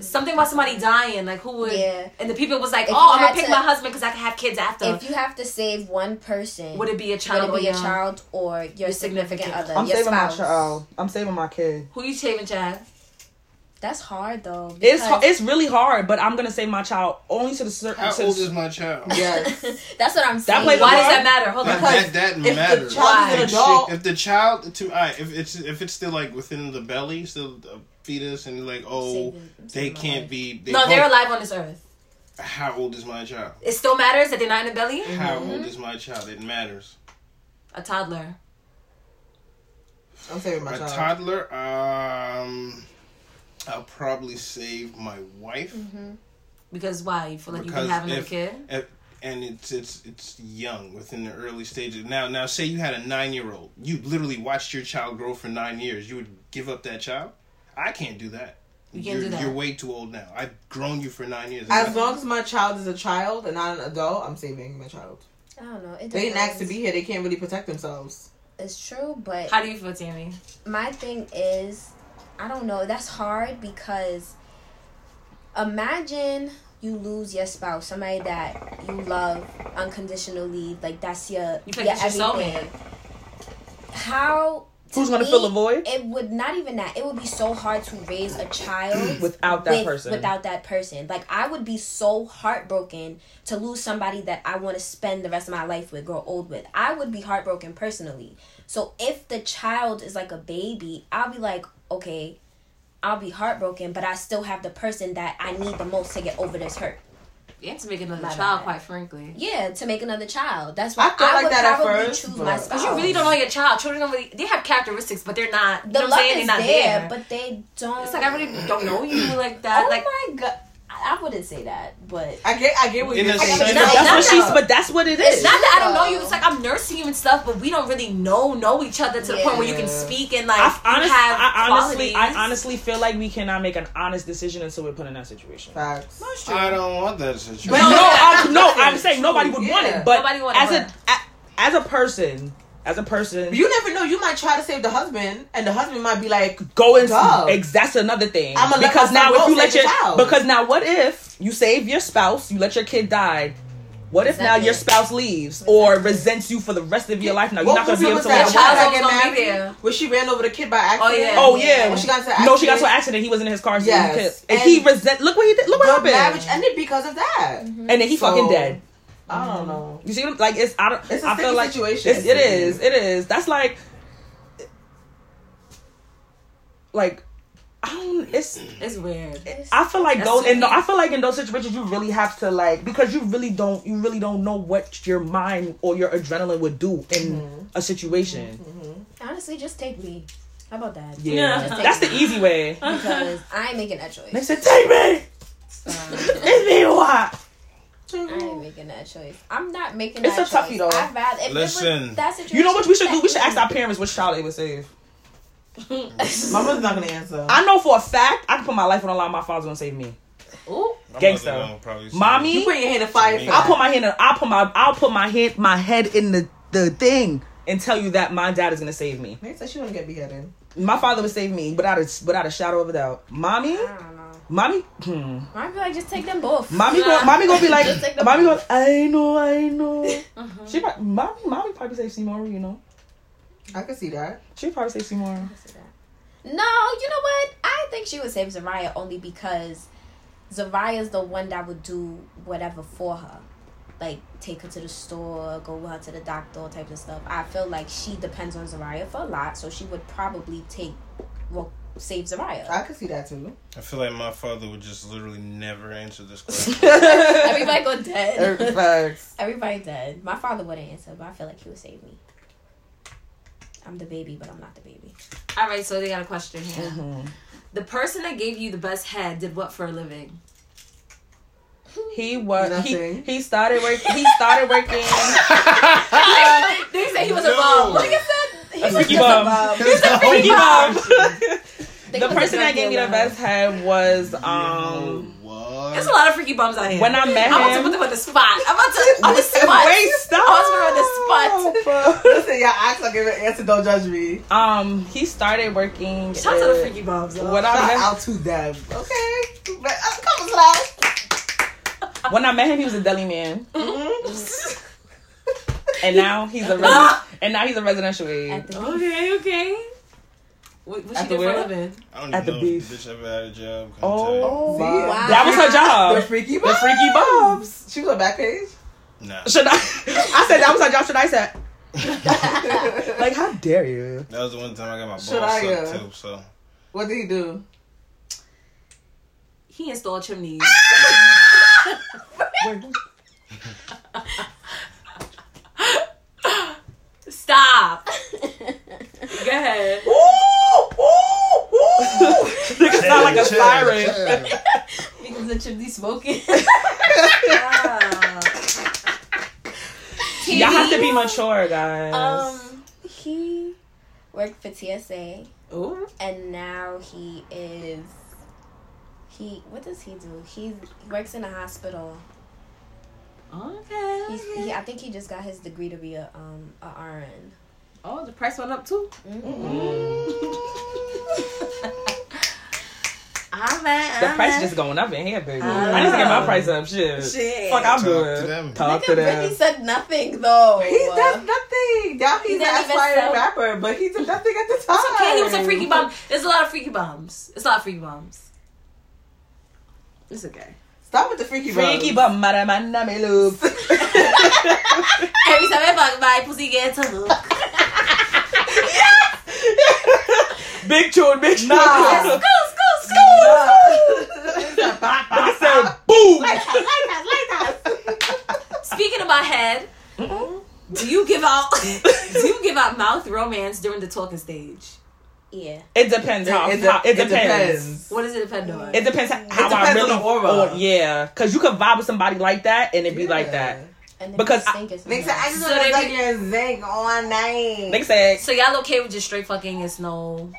Speaker 2: something about somebody dying, like who would?
Speaker 3: Yeah.
Speaker 2: And the people was like,
Speaker 3: If
Speaker 2: oh,
Speaker 3: you
Speaker 2: I'm gonna
Speaker 3: had
Speaker 2: pick
Speaker 3: to-
Speaker 2: my husband because I can have kids after.
Speaker 3: If you have to save one person,
Speaker 2: would it be a
Speaker 3: Whether
Speaker 2: child
Speaker 3: it
Speaker 2: or
Speaker 3: be your
Speaker 2: young?
Speaker 3: child or your, significant,
Speaker 2: significant
Speaker 3: other,
Speaker 6: I'm
Speaker 3: your
Speaker 6: saving my
Speaker 3: spouse.
Speaker 6: child. I'm saving my kid.
Speaker 2: Who you saving, Chad?
Speaker 3: That's hard though.
Speaker 6: It's
Speaker 3: because-
Speaker 6: it's really hard, but I'm gonna save my child only to the certain.
Speaker 5: How old is my child?
Speaker 4: Yes.
Speaker 3: <laughs> that's what I'm saying.
Speaker 6: plays a
Speaker 2: Why
Speaker 6: Why?
Speaker 2: does that matter? Hold on.
Speaker 5: That, that, that
Speaker 4: if
Speaker 5: matters.
Speaker 4: the child is
Speaker 2: Why?
Speaker 4: an adult,
Speaker 5: if the child to I if it's if it's still like within the belly, still a fetus, and like oh
Speaker 3: Save it.
Speaker 5: they
Speaker 3: Save my
Speaker 5: can't
Speaker 3: life.
Speaker 5: be. They
Speaker 2: No, they're
Speaker 5: both-
Speaker 2: alive on this earth.
Speaker 5: How old is my child?
Speaker 2: It still matters that they're not in the belly.
Speaker 5: How old is my child? It matters.
Speaker 2: A toddler.
Speaker 4: I'm saving my
Speaker 5: a
Speaker 4: child.
Speaker 5: toddler, um, I'll probably save my wife
Speaker 2: Because why? You feel like you
Speaker 5: Because
Speaker 2: can have another
Speaker 5: if-
Speaker 2: kid?
Speaker 5: If- and it's it's it's young within the early stages. Now now say you had a nine year old, you literally watched your child grow for nine years. You would give up that child? I can't do that.
Speaker 2: You can't
Speaker 5: are
Speaker 2: do that.
Speaker 5: You're way too old now. I've grown you for nine years.
Speaker 4: As long as my child is a child and not an adult, I'm saving my child.
Speaker 3: I don't know. It
Speaker 4: They didn't ask to
Speaker 3: depends.
Speaker 4: be here. They can't really protect themselves.
Speaker 3: It's true, but
Speaker 2: How do you feel, Tammy?
Speaker 3: my thing is, I don't know. That's hard because imagine you lose your spouse, somebody that you love unconditionally, like that's your
Speaker 2: You feel
Speaker 3: your
Speaker 2: like it's your
Speaker 3: everything.
Speaker 2: soulmate.
Speaker 3: How to
Speaker 6: Who's gonna
Speaker 3: me,
Speaker 6: fill the void?
Speaker 3: It would not even that. It would be so hard to raise a
Speaker 6: <clears throat>
Speaker 3: child
Speaker 6: Without that
Speaker 3: with-
Speaker 6: person.
Speaker 3: Without that person, like I would be so heartbroken to lose somebody that I want to spend the rest of my life with, grow old with. I would be heartbroken personally. So if the child is like a baby, I'll be like, okay, I'll be heartbroken, but I still have the person that I need the most to get over this hurt.
Speaker 2: You have to make another
Speaker 3: My
Speaker 2: child,
Speaker 3: bad.
Speaker 2: quite frankly.
Speaker 3: Yeah, to make another child. That's
Speaker 4: I
Speaker 3: why
Speaker 4: felt
Speaker 3: I,
Speaker 4: like
Speaker 3: would
Speaker 4: that at
Speaker 3: probably
Speaker 4: first,
Speaker 3: choose
Speaker 4: but-
Speaker 3: my
Speaker 2: But
Speaker 3: spouse.
Speaker 2: you really don't know your child. Children don't really, they have characteristics, but they're not, you
Speaker 3: The
Speaker 2: know what I'm
Speaker 3: love
Speaker 2: saying? They're
Speaker 3: is
Speaker 2: not
Speaker 3: there,
Speaker 2: there.
Speaker 3: but they don't.
Speaker 2: it's like, I really don't know
Speaker 3: <clears throat>
Speaker 2: you like that.
Speaker 3: oh
Speaker 2: like,
Speaker 3: my god, I, I wouldn't say that, but
Speaker 4: I get, I get what
Speaker 5: In
Speaker 4: you're
Speaker 5: the
Speaker 4: saying.
Speaker 5: same-
Speaker 4: No,
Speaker 5: That's
Speaker 6: That's
Speaker 3: not
Speaker 6: what
Speaker 3: no.
Speaker 6: she's. But that's what it
Speaker 2: it's
Speaker 6: is.
Speaker 2: not that I don't know you.
Speaker 3: though.
Speaker 2: It's like I'm nursing you and stuff, but we don't really know know each other to the point where you can
Speaker 4: Yeah.
Speaker 2: speak and like
Speaker 6: I,
Speaker 2: you
Speaker 6: honest,
Speaker 2: have
Speaker 6: I honestly,
Speaker 2: qualities.
Speaker 6: I honestly feel like we cannot make an honest decision until we're put in that situation. No,
Speaker 4: Facts.
Speaker 5: I don't want that situation.
Speaker 4: <laughs>
Speaker 2: But-
Speaker 6: I, no, I'm saying nobody would want
Speaker 4: Yeah.
Speaker 6: it, but
Speaker 2: Nobody would
Speaker 6: as
Speaker 2: want it.
Speaker 6: a, a as a person, as a person,
Speaker 4: You never know. You might try to save the husband, and the husband might be like,
Speaker 6: go and
Speaker 4: Dog.
Speaker 6: ex- that's another thing.
Speaker 4: I'ma let
Speaker 6: because
Speaker 4: myself
Speaker 6: now
Speaker 4: go
Speaker 6: if you
Speaker 4: save
Speaker 6: let
Speaker 4: the
Speaker 6: your
Speaker 4: child.
Speaker 6: because now what if you save your spouse, you let your kid die. What if now
Speaker 3: Exactly.
Speaker 6: your spouse leaves or resents you for the rest of your life? Now you're not
Speaker 4: What
Speaker 6: gonna
Speaker 4: movie
Speaker 6: be able
Speaker 4: was
Speaker 6: to.
Speaker 4: that?
Speaker 6: watch
Speaker 2: Your
Speaker 6: that.
Speaker 4: Why did I
Speaker 2: child's
Speaker 4: get
Speaker 2: gonna be
Speaker 4: married?
Speaker 2: there.
Speaker 4: When she ran over the kid by accident.
Speaker 2: yeah.
Speaker 6: Oh yeah.
Speaker 4: When she got into accident.
Speaker 6: No, she got into an accident. He was in his car. So
Speaker 4: Yes.
Speaker 6: he killed. And,
Speaker 4: And
Speaker 6: he resent. Look what he did. Look what
Speaker 4: The
Speaker 6: happened.
Speaker 4: marriage ended because of that.
Speaker 6: and then he
Speaker 4: So-
Speaker 6: fucking dead.
Speaker 4: I don't know.
Speaker 6: You see, what I'm, like it's I don't.
Speaker 4: It's a
Speaker 6: I feel
Speaker 4: sticky
Speaker 6: like
Speaker 4: situation.
Speaker 6: It's, it is. It is. That's like, like, I don't. It's.
Speaker 2: It's weird.
Speaker 6: I feel like
Speaker 2: That's
Speaker 6: those. And
Speaker 2: sweet.
Speaker 6: I feel like in those situations, you really have to like because you really don't. You really don't know what your
Speaker 4: Mm-hmm.
Speaker 6: mind or your adrenaline would do in a situation.
Speaker 3: honestly, just take me. How about that?
Speaker 6: Yeah,
Speaker 2: Yeah.
Speaker 6: that's the easy way. <laughs>
Speaker 3: Because I ain't making that choice.
Speaker 6: They said, "Take me,
Speaker 3: Um,
Speaker 6: <laughs> it's me, what?"
Speaker 3: I ain't making that choice. I'm not making
Speaker 6: It's
Speaker 3: that
Speaker 6: a
Speaker 3: choice.
Speaker 6: toughie, though.
Speaker 3: I'd rather. If It
Speaker 5: Listen.
Speaker 3: was that situation,
Speaker 6: You know what we should do? We should ask
Speaker 3: that-
Speaker 6: our parents which child they would save.
Speaker 4: My mother's not gonna answer.
Speaker 6: I know for a fact I can put my life on the line. My father's gonna save me.
Speaker 2: Ooh.
Speaker 5: My
Speaker 6: Gangsta.
Speaker 5: mother gonna probably say-
Speaker 6: Mommy,
Speaker 4: you put your hand in fire for
Speaker 5: Me.
Speaker 6: I'll
Speaker 4: that.
Speaker 6: put my hand. In, I'll put my. I'll put my head. My head in the the thing and tell you that my dad is gonna save me.
Speaker 4: They said she wanna get beheaded.
Speaker 6: My father would save me without a without a shadow of a doubt. Mommy,
Speaker 3: I don't know.
Speaker 6: mommy, hmm.
Speaker 3: I'd be like, just take them both.
Speaker 6: mommy, gonna, mommy gonna be like,
Speaker 3: Just take the- Uh-huh.
Speaker 6: mommy gonna. I know, I
Speaker 3: <laughs>
Speaker 6: know. She prob- mommy, mommy probably save Seymour. You know,
Speaker 4: I could see that.
Speaker 6: she probably save Seymour.
Speaker 3: No, you know what? I think she would save Zariah only because Zariah's the one that would do whatever for her. Like take her to the store, go with her to the doctor, all types of stuff. I feel like she depends on Zariah for a lot, so she would probably take well save Zariah.
Speaker 4: I could see
Speaker 6: <laughs>
Speaker 4: that too.
Speaker 5: I feel like my father would just literally never answer this question.
Speaker 3: <laughs> Everybody go dead.
Speaker 6: Facts.
Speaker 3: Everybody dead. My father wouldn't answer, but I feel like he would save me. I'm the baby, but I'm not the baby.
Speaker 2: All right, so they got a question here.
Speaker 3: Uh-huh.
Speaker 2: The person that gave you the best head did what for a living?
Speaker 6: He was. He,
Speaker 4: Nothing.
Speaker 6: he started work.
Speaker 4: <laughs>
Speaker 6: He started working.
Speaker 3: They say he was
Speaker 5: No.
Speaker 3: a bum. Look at that. He was
Speaker 6: freaky
Speaker 3: just
Speaker 6: bum.
Speaker 3: a bum.
Speaker 6: Freaky mom.
Speaker 3: They
Speaker 6: <laughs> the
Speaker 3: was a
Speaker 6: person that
Speaker 3: drug
Speaker 6: gave me the
Speaker 3: dealer.
Speaker 6: best head was
Speaker 5: Oh,
Speaker 6: um
Speaker 5: what?
Speaker 2: There's a lot of freaky bums out here.
Speaker 6: when I met
Speaker 2: I'm about to
Speaker 6: him.
Speaker 2: put them on the spot. I'm about to on the spot.
Speaker 6: <laughs> Wait, stop!
Speaker 2: I was
Speaker 4: Listen, y'all ask, I'll give an answer, don't judge me.
Speaker 6: <laughs> Um, he started working.
Speaker 2: Shout out to the
Speaker 6: at-
Speaker 2: freaky bums. though. <laughs>
Speaker 6: When I
Speaker 4: Shout
Speaker 6: met
Speaker 4: out to them. Okay. But, uh, come on, Slow.
Speaker 6: when I met him, he was a deli man, and now he's a
Speaker 2: Ah! <laughs>
Speaker 6: resi- and now he's a residential aide.
Speaker 3: At the
Speaker 2: okay, okay. What, what
Speaker 6: At
Speaker 2: she did
Speaker 6: the
Speaker 2: for
Speaker 6: where?
Speaker 2: a living?
Speaker 5: I don't even
Speaker 6: At the
Speaker 5: know if the
Speaker 6: beef.
Speaker 5: bitch ever had a job. couldn't
Speaker 6: Oh.
Speaker 5: tell
Speaker 4: See?
Speaker 3: Wow.
Speaker 6: That was her
Speaker 4: The
Speaker 6: job.
Speaker 4: freaky
Speaker 6: The
Speaker 4: bobs.
Speaker 6: freaky bobs.
Speaker 4: She was on back <laughs> page.
Speaker 5: you. Nah,
Speaker 6: Should I? <laughs> I said that was her job. Should I said like how dare you?
Speaker 5: that was the one time I got my balls
Speaker 4: Shania.
Speaker 5: sucked too. So
Speaker 4: what did he do?
Speaker 2: He installed chimneys. <laughs> Stop.
Speaker 6: Oh.
Speaker 2: Go ahead.
Speaker 6: <laughs> Nigga sound like a siren.
Speaker 3: Because the chimney
Speaker 2: <laughs>
Speaker 3: smoking.
Speaker 6: Y'all have to be mature, guys.
Speaker 3: Um, <laughs> he worked for TSA,
Speaker 2: Ooh.
Speaker 6: Oh.
Speaker 3: and now he is. He what does he do? He's, he works in a hospital.
Speaker 2: Okay.
Speaker 3: He's, he, I think he just got his degree to be a um a RN.
Speaker 2: Oh, the price went up too. Mm-hmm. <laughs> I'm at.
Speaker 6: the price just going up in here, baby.
Speaker 2: I
Speaker 6: I need to get my
Speaker 2: know.
Speaker 6: price up. Uh-huh. Shit.
Speaker 2: Shit.
Speaker 6: Fuck, I'm
Speaker 5: Talk
Speaker 6: good.
Speaker 5: to them.
Speaker 6: Talk to
Speaker 3: Nigga really
Speaker 6: them.
Speaker 3: said nothing though. Uh,
Speaker 4: He does nothing. Y'all,
Speaker 3: He
Speaker 4: he's an
Speaker 3: didn't even
Speaker 4: aspiring
Speaker 3: sell-
Speaker 4: rapper, but he did nothing at the time.
Speaker 2: It's okay. He was a freaky bum. There's a lot of freaky bums. It's a lot of freaky bums. It's okay.
Speaker 4: Stop with the freaky bobs.
Speaker 6: Freaky
Speaker 4: <laughs>
Speaker 6: bum, mother man, me <laughs> loop.
Speaker 2: Every time I fuck my pussy gets a hook.
Speaker 6: Big tune, big tune.
Speaker 4: Nah.
Speaker 6: Look at said, boom.
Speaker 2: Speaking about head, do you give out
Speaker 6: <laughs>
Speaker 2: do you give out mouth romance during the talking stage?
Speaker 3: Yeah.
Speaker 6: It <laughs> depends how. how- It,
Speaker 4: It, de-
Speaker 6: depends.
Speaker 2: What does it depend on?
Speaker 6: It depends how I
Speaker 4: depends on
Speaker 6: really.
Speaker 4: the aura.
Speaker 6: or- yeah, because you could vibe with somebody like that and it be like that.
Speaker 3: And then
Speaker 6: Because
Speaker 3: he
Speaker 6: I-
Speaker 3: stink as
Speaker 4: Nigga said, I
Speaker 3: hell.
Speaker 4: just
Speaker 2: So
Speaker 4: want
Speaker 2: they
Speaker 4: to like
Speaker 2: be-
Speaker 4: your zinc all night.
Speaker 6: They said
Speaker 2: so y'all okay with just straight fucking? It's no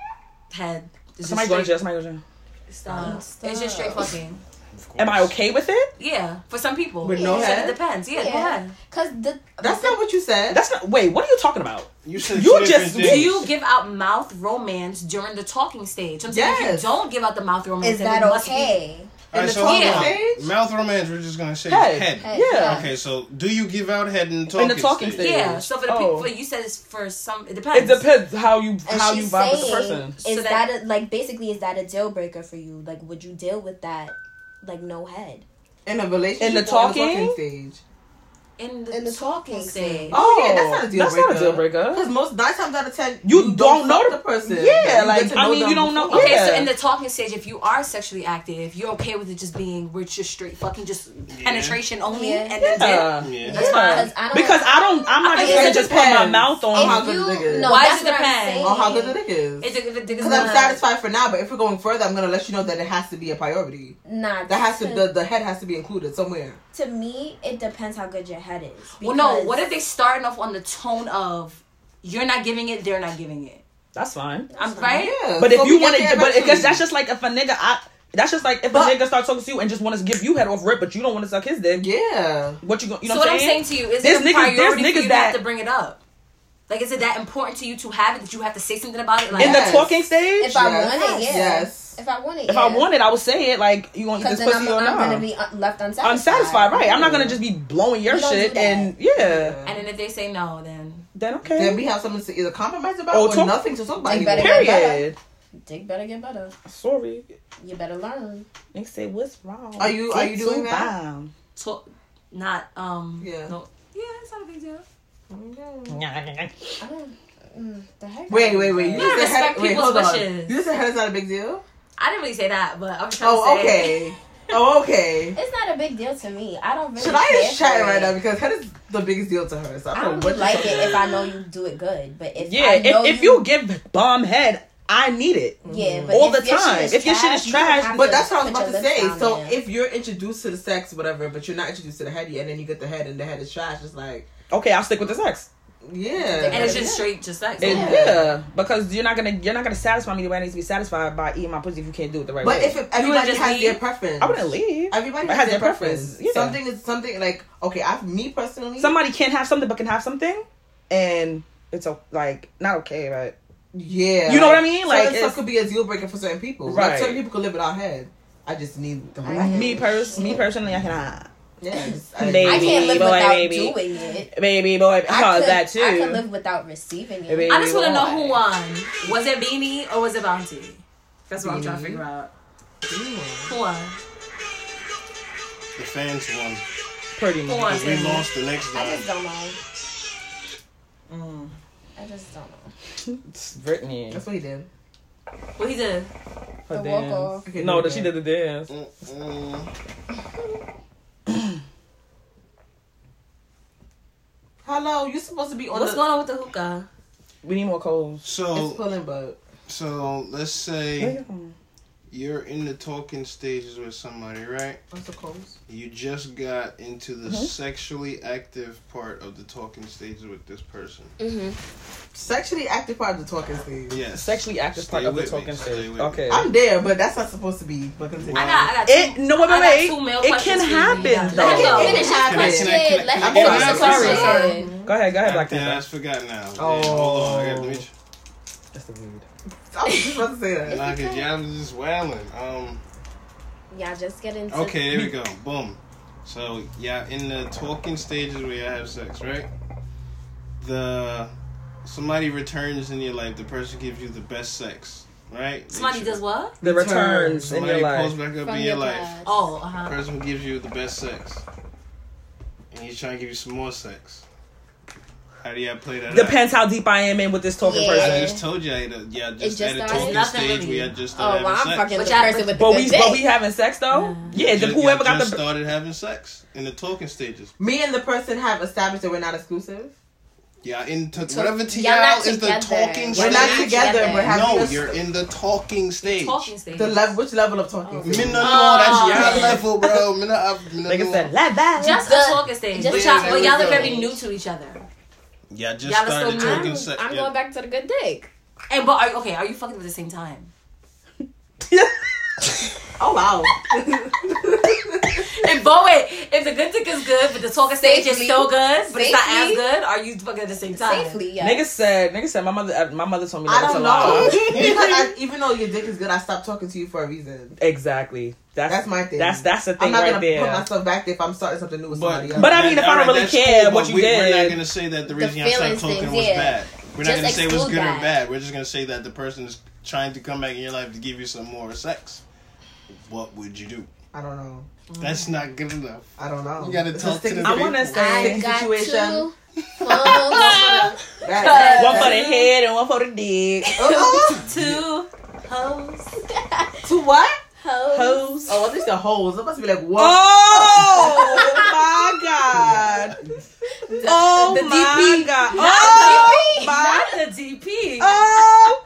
Speaker 2: head. It's just
Speaker 6: somebody going to
Speaker 2: straight,
Speaker 6: jail. Somebody going to jail.
Speaker 2: stop.
Speaker 3: Stop.
Speaker 2: It's just straight fucking.
Speaker 5: Of course.
Speaker 6: Am I okay with it?
Speaker 2: Yeah, for some people.
Speaker 4: With no
Speaker 2: You said
Speaker 4: head?
Speaker 2: It depends. Yeah, go
Speaker 3: Yeah.
Speaker 2: ahead.
Speaker 3: Cause the
Speaker 4: That's not what you said.
Speaker 6: That's not. Wait, what are you talking about?
Speaker 5: You said
Speaker 6: You
Speaker 5: two
Speaker 6: just-
Speaker 5: different
Speaker 2: Do you
Speaker 5: things.
Speaker 2: give out mouth romance during the talking stage? I'm saying if
Speaker 4: Yes.
Speaker 2: you don't give out the mouth romance,
Speaker 3: is
Speaker 2: then
Speaker 3: that
Speaker 2: it must be-
Speaker 3: okay?
Speaker 5: All right,
Speaker 4: the
Speaker 5: so
Speaker 4: talking
Speaker 5: hold on.
Speaker 4: stage?
Speaker 5: Mouth romance. We're just gonna say
Speaker 6: Head.
Speaker 5: head.
Speaker 3: Hey,
Speaker 6: Yeah.
Speaker 5: Okay, so do you give out head in the
Speaker 6: In
Speaker 5: talking,
Speaker 6: the talking stage.
Speaker 2: Yeah. So for the
Speaker 6: Oh.
Speaker 2: people, you said it's for some. It
Speaker 6: It
Speaker 2: depends.
Speaker 6: depends how you
Speaker 3: And
Speaker 6: how you
Speaker 3: she's
Speaker 6: vibe with the
Speaker 3: saying,
Speaker 6: person.
Speaker 3: Is
Speaker 2: So that-
Speaker 3: that, a, like basically is that a deal breaker for you? Like, would you deal with that? Like no head.
Speaker 4: in a relationship
Speaker 6: In the
Speaker 4: or
Speaker 6: talking?
Speaker 4: stage.
Speaker 2: in the,
Speaker 3: In the
Speaker 2: talking,
Speaker 3: talking
Speaker 2: stage.
Speaker 3: stage.
Speaker 1: Oh, yeah, that's not a deal
Speaker 6: that's
Speaker 1: breaker.
Speaker 6: not a deal breaker.
Speaker 1: Because most nine times out of ten,
Speaker 6: You don't know
Speaker 1: fuck
Speaker 6: the-
Speaker 1: person.
Speaker 6: Yeah,
Speaker 1: You
Speaker 6: like,
Speaker 1: get to
Speaker 6: I mean,
Speaker 1: them
Speaker 6: you don't know-
Speaker 1: before.
Speaker 2: Okay, so
Speaker 6: Yeah.
Speaker 2: in the talking stage, if you are sexually active, you're okay with it just being we're just straight fucking just penetration only,
Speaker 3: Yeah.
Speaker 2: and that's it.
Speaker 6: Yeah.
Speaker 5: Yeah.
Speaker 2: That's fine.
Speaker 3: Because I don't.
Speaker 6: Because I don't. I'm not
Speaker 1: I
Speaker 6: just
Speaker 1: mean,
Speaker 6: gonna
Speaker 1: it
Speaker 6: just put my
Speaker 1: depends.
Speaker 6: mouth
Speaker 1: Oh,
Speaker 6: on.
Speaker 1: how
Speaker 3: if
Speaker 1: good
Speaker 3: you,
Speaker 1: the dick is.
Speaker 3: no,
Speaker 2: Why
Speaker 3: that's
Speaker 2: does it
Speaker 3: what I'm
Speaker 2: depend?
Speaker 3: saying.
Speaker 1: On how good the dick is.
Speaker 2: It's a, it's a, it's
Speaker 1: Because
Speaker 2: not-
Speaker 1: I'm satisfied for now, but if we're going further, I'm gonna let you know that it has to be a priority.
Speaker 3: Nah,
Speaker 1: That has to the, the head has to be included somewhere.
Speaker 3: to me, it depends how good your head is.
Speaker 2: Well, no.
Speaker 3: because-
Speaker 2: What if they starting off on the tone of you're not giving it, they're not giving it.
Speaker 6: That's fine.
Speaker 2: I'm
Speaker 3: That's
Speaker 2: right.
Speaker 1: Yeah.
Speaker 6: But
Speaker 1: so
Speaker 6: if you
Speaker 1: we get
Speaker 6: want to,
Speaker 1: there
Speaker 6: but
Speaker 1: eventually.
Speaker 6: because that's just like if a nigga, I, that's just like if
Speaker 1: But-
Speaker 6: a nigga starts talking to you and just want to give you head off rip, but you don't want to suck his dick.
Speaker 1: yeah.
Speaker 6: What you gonna, you know
Speaker 2: so
Speaker 6: what
Speaker 2: what I'm saying to you is it
Speaker 6: There's
Speaker 2: a
Speaker 6: niggas- there's
Speaker 2: priority for
Speaker 6: niggas
Speaker 2: you to have
Speaker 6: that-
Speaker 2: to bring it up. Like, is it that important to you to have it that you have to say something about it? Like,
Speaker 6: In the
Speaker 1: Yes.
Speaker 6: talking stage,
Speaker 3: If
Speaker 6: if,
Speaker 3: I
Speaker 1: Yes.
Speaker 3: want it, yeah.
Speaker 1: Yes.
Speaker 3: If I want it,
Speaker 6: I
Speaker 3: yeah.
Speaker 6: want it, I would say it. Like you want to eat
Speaker 3: 'Cause
Speaker 6: this
Speaker 3: then I'm,
Speaker 6: pussy or
Speaker 3: I'm gonna
Speaker 6: not?
Speaker 3: be uh, left unsatisfied.
Speaker 6: Unsatisfied, right? I'm not gonna just be blowing your
Speaker 3: We don't
Speaker 6: shit
Speaker 3: do that.
Speaker 6: and yeah,
Speaker 2: and then if they say no, then
Speaker 6: then okay,
Speaker 1: Then we have something to either compromise about
Speaker 6: Oh,
Speaker 1: or
Speaker 6: talk-
Speaker 1: nothing to talk about.
Speaker 3: Like, better-
Speaker 1: anymore.
Speaker 6: period.
Speaker 3: Dick better get better.
Speaker 6: Sorry,
Speaker 3: You better learn.
Speaker 6: they say what's wrong?
Speaker 1: Are you- are you
Speaker 6: Dick
Speaker 1: doing
Speaker 6: too
Speaker 1: that?
Speaker 6: bomb.
Speaker 2: talk, not um.
Speaker 1: Yeah.
Speaker 2: No. Yeah, it's not a big deal.
Speaker 3: I don't. Mm, the heck.
Speaker 1: Wait, wait, wait.
Speaker 2: You gotta
Speaker 1: just said
Speaker 2: respect
Speaker 1: wait,
Speaker 2: people's
Speaker 1: hold on.
Speaker 2: wishes.
Speaker 1: You just said head is not a big deal?
Speaker 2: I didn't really say that, but I'm trying
Speaker 1: Oh,
Speaker 2: to say. <laughs>
Speaker 1: okay. oh, okay.
Speaker 3: It's not a big deal to me. I don't really.
Speaker 1: Should I
Speaker 3: care
Speaker 1: is chatting
Speaker 3: for it.
Speaker 1: right now because head is the biggest deal to her. So I don't
Speaker 6: Oh,
Speaker 3: I don't
Speaker 1: know what
Speaker 3: really like
Speaker 1: you're
Speaker 3: it if I know you do it good, but if
Speaker 6: Yeah,
Speaker 3: I
Speaker 6: if,
Speaker 3: know
Speaker 6: if you give bomb head, I need it.
Speaker 3: yeah, but
Speaker 6: all
Speaker 3: if
Speaker 6: the
Speaker 3: your shit
Speaker 6: time.
Speaker 3: is
Speaker 6: If your shit is
Speaker 3: you don't
Speaker 6: trash-
Speaker 3: have
Speaker 1: But
Speaker 3: to
Speaker 1: that's what I was
Speaker 3: put
Speaker 1: about
Speaker 3: your
Speaker 1: to
Speaker 3: lips
Speaker 1: say.
Speaker 3: down
Speaker 1: So
Speaker 3: there.
Speaker 1: if you're introduced to the sex, whatever, but you're not introduced to the head yet, and then you get the head and the head is trash, it's like,
Speaker 6: Okay, I'll stick with the sex.
Speaker 1: yeah.
Speaker 2: And it's just straight, just sex.
Speaker 6: It-
Speaker 1: Yeah.
Speaker 6: yeah. because you're not gonna you're not gonna satisfy me the way I need to be satisfied by eating my pussy if you can't do it the right
Speaker 1: but
Speaker 6: way.
Speaker 1: if it, everybody
Speaker 2: just
Speaker 1: has
Speaker 2: leave?
Speaker 1: their preference,
Speaker 6: I wouldn't leave.
Speaker 1: Everybody
Speaker 6: But
Speaker 1: has, their preference.
Speaker 6: Yeah.
Speaker 1: Something is something like okay. I me personally,
Speaker 6: Somebody can't have something but can have something, and it's o- like not okay, right?
Speaker 1: yeah,
Speaker 6: You know what I mean? Like,
Speaker 1: certain stuff
Speaker 6: it's-
Speaker 1: could be a deal breaker for certain people. Right,
Speaker 6: Right.
Speaker 1: certain people could live in our head. I just need the whole
Speaker 6: Me pers me personally, I cannot.
Speaker 1: Yeah, I just,
Speaker 6: Baby.
Speaker 3: I can't live
Speaker 6: boy,
Speaker 3: without
Speaker 6: baby.
Speaker 3: doing it.
Speaker 6: Baby boy, I
Speaker 3: I
Speaker 6: call
Speaker 3: could,
Speaker 6: that too.
Speaker 3: I could live without receiving it.
Speaker 6: Baby
Speaker 2: I just want to
Speaker 6: boy.
Speaker 2: know who won. Was it Beanie or was it Bounty? That's what I'm trying
Speaker 1: Beanie.
Speaker 2: to figure out. Who won?
Speaker 5: The fans won.
Speaker 6: Pretty
Speaker 2: Who
Speaker 6: much.
Speaker 2: won?
Speaker 5: 'Cause We lost the next
Speaker 3: I
Speaker 5: round.
Speaker 3: just don't know.
Speaker 6: Mm.
Speaker 3: I just don't know.
Speaker 6: It's Brittany.
Speaker 1: That's what he did.
Speaker 2: What he did?
Speaker 6: Her
Speaker 3: The walk
Speaker 6: dance.
Speaker 3: off.
Speaker 1: Okay,
Speaker 6: No,
Speaker 1: do
Speaker 6: that she did the dance.
Speaker 5: Mm, Mm-mm.
Speaker 1: Hello, you supposed to be on
Speaker 2: What's
Speaker 1: the.
Speaker 2: going on with the hookah?
Speaker 6: We need more calls.
Speaker 1: it's
Speaker 5: So,
Speaker 1: pulling, but
Speaker 5: so let's say you're in the talking stages with somebody, right?
Speaker 1: I'm so close.
Speaker 5: You just got into the
Speaker 6: Mm-hmm.
Speaker 5: sexually active part of the talking stages with this person.
Speaker 1: Sexually active part of the talking stage.
Speaker 5: Yes.
Speaker 6: Sexually active
Speaker 5: Stay
Speaker 6: part of the
Speaker 5: with me.
Speaker 6: talking
Speaker 5: Stay
Speaker 6: stage.
Speaker 5: with me.
Speaker 6: Okay.
Speaker 1: I'm there, but that's not supposed to be. But continue.
Speaker 2: I got, I got two.
Speaker 6: It no wait
Speaker 2: I got
Speaker 6: wait
Speaker 2: two
Speaker 6: wait.
Speaker 2: male
Speaker 6: It can
Speaker 2: questions for you.
Speaker 6: happen
Speaker 2: Let
Speaker 6: though.
Speaker 2: him go.
Speaker 3: Finish his
Speaker 5: Can I-
Speaker 3: question.
Speaker 5: can I- can I-
Speaker 3: Let
Speaker 5: can
Speaker 3: him
Speaker 5: I-
Speaker 3: finish
Speaker 5: can I-
Speaker 3: his
Speaker 6: Oh, sorry,
Speaker 3: question.
Speaker 6: sorry. Go ahead, go ahead, Black
Speaker 5: Yeah, I
Speaker 6: Panther.
Speaker 5: forgot now.
Speaker 1: Oh.
Speaker 5: Yeah, hold on. I got, let me tr-
Speaker 6: That's the weed.
Speaker 1: I was just about to say that.
Speaker 5: Nah, 'cause y'all was just wailing. Um,
Speaker 3: Y'all just get into
Speaker 5: okay, here we go. Boom. So, y'all in the talking stages where y'all have sex, right? The somebody returns in your life. The person gives you the best sex, right? They
Speaker 2: Somebody
Speaker 5: tr-
Speaker 2: does what?
Speaker 6: The
Speaker 1: Return.
Speaker 6: returns in your
Speaker 5: Somebody pulls
Speaker 6: life.
Speaker 5: back up
Speaker 3: from
Speaker 5: in your life.
Speaker 3: past.
Speaker 2: Oh, uh huh.
Speaker 5: person gives you the best sex, and he's trying to give you some more sex. How do y'all play that? out?
Speaker 6: Depends how deep I am in with this talking
Speaker 3: Yeah.
Speaker 5: I
Speaker 6: person.
Speaker 5: just told y'all that y'all just,
Speaker 3: just
Speaker 5: at a
Speaker 3: started?
Speaker 5: talking
Speaker 2: Nothing
Speaker 5: stage
Speaker 2: really.
Speaker 5: where y'all just started
Speaker 3: Oh, well, I'm
Speaker 5: having
Speaker 3: fucking
Speaker 5: sex.
Speaker 3: with
Speaker 2: But
Speaker 3: the
Speaker 2: y'all-
Speaker 3: person with
Speaker 6: But
Speaker 3: the
Speaker 6: we
Speaker 3: good
Speaker 6: but we
Speaker 3: dick.
Speaker 6: having sex though. Yeah,
Speaker 5: You
Speaker 6: the,
Speaker 5: just,
Speaker 6: whoever
Speaker 5: y'all
Speaker 6: got <laughs>
Speaker 5: just
Speaker 6: the
Speaker 5: started having sex in the talking stages.
Speaker 1: Me and the person have established that we're not exclusive.
Speaker 5: Yeah, in t-
Speaker 3: So
Speaker 5: whatever to
Speaker 3: y'all
Speaker 5: y'all
Speaker 3: not
Speaker 5: is the
Speaker 3: together.
Speaker 5: talking
Speaker 1: We're
Speaker 5: stage.
Speaker 1: not
Speaker 3: We're not
Speaker 1: together,
Speaker 3: together.
Speaker 1: but having
Speaker 5: no,
Speaker 1: a-
Speaker 5: you're in the talking stage.
Speaker 2: Talking stage.
Speaker 1: the level. Which level of talking?
Speaker 2: Mm-hmm. Oh.
Speaker 1: stage?
Speaker 5: Minna, no, that's y'all
Speaker 2: Oh.
Speaker 5: level, bro. Minna, up, minna,
Speaker 6: like I
Speaker 5: no.
Speaker 6: said, la la.
Speaker 2: Just
Speaker 3: The-
Speaker 2: a talking stage.
Speaker 3: just
Speaker 2: But
Speaker 5: the
Speaker 2: y'all, but y'all are
Speaker 5: level.
Speaker 2: very new to each other.
Speaker 5: Y'all just
Speaker 2: Y'all are
Speaker 5: started
Speaker 2: still-
Speaker 5: talking
Speaker 3: I'm-
Speaker 5: sex.
Speaker 3: I'm
Speaker 5: yeah.
Speaker 3: going back to the good dick.
Speaker 2: And but are okay? Are you fucking at the same time?
Speaker 6: <laughs>
Speaker 1: Oh wow.
Speaker 2: And but wait, if the good dick is good, but the talking stage is
Speaker 3: Safely.
Speaker 2: still good, but it's not as
Speaker 3: Safely.
Speaker 2: good, are you fucking at the same time?
Speaker 3: Safely, yeah.
Speaker 6: Niggas said, niggas said, my mother, uh, my mother told me
Speaker 1: I
Speaker 6: that it's a
Speaker 1: don't
Speaker 6: lie.
Speaker 1: know. because I, <laughs> even though your dick is good, I stopped talking to you for a reason.
Speaker 6: Exactly. That's,
Speaker 1: That's my thing.
Speaker 6: That's that's the
Speaker 1: I'm
Speaker 6: thing
Speaker 1: not
Speaker 6: right
Speaker 1: gonna put
Speaker 6: there.
Speaker 1: myself back there if I'm starting something new with somebody else.
Speaker 6: But I mean, if I don't
Speaker 5: alright,
Speaker 6: really
Speaker 5: that's
Speaker 6: care what
Speaker 5: but
Speaker 6: you
Speaker 5: we, We're
Speaker 6: did.
Speaker 5: not gonna say that the
Speaker 3: The
Speaker 5: reason y'all stopped
Speaker 3: feelings
Speaker 5: talking
Speaker 3: things,
Speaker 5: was
Speaker 3: yeah.
Speaker 5: bad. We're not
Speaker 3: Just
Speaker 5: gonna say it was
Speaker 3: exclude
Speaker 5: good or
Speaker 3: that.
Speaker 5: bad. We're just gonna say that the person is trying to come back in your life to give you some more sex. What would you do?
Speaker 1: I don't know.
Speaker 3: Mm.
Speaker 5: That's not good enough.
Speaker 4: I don't know.
Speaker 5: You gotta talk to the
Speaker 6: I wanna
Speaker 5: people.
Speaker 6: say-
Speaker 3: I
Speaker 6: Same
Speaker 3: got
Speaker 6: situation.
Speaker 3: <laughs> two <laughs> phones.
Speaker 6: <laughs>
Speaker 4: That-
Speaker 6: One for the head and one for the dick.
Speaker 2: Two hoes.
Speaker 4: to what?
Speaker 3: Hoes.
Speaker 6: Hose.
Speaker 4: Oh, this the holes. I'm supposed to be like, whoa.
Speaker 6: Oh my god. Oh
Speaker 2: the
Speaker 6: my
Speaker 2: DP.
Speaker 6: god.
Speaker 2: Not
Speaker 6: Oh
Speaker 2: the DP.
Speaker 6: my.
Speaker 2: Not the DP.
Speaker 6: Oh.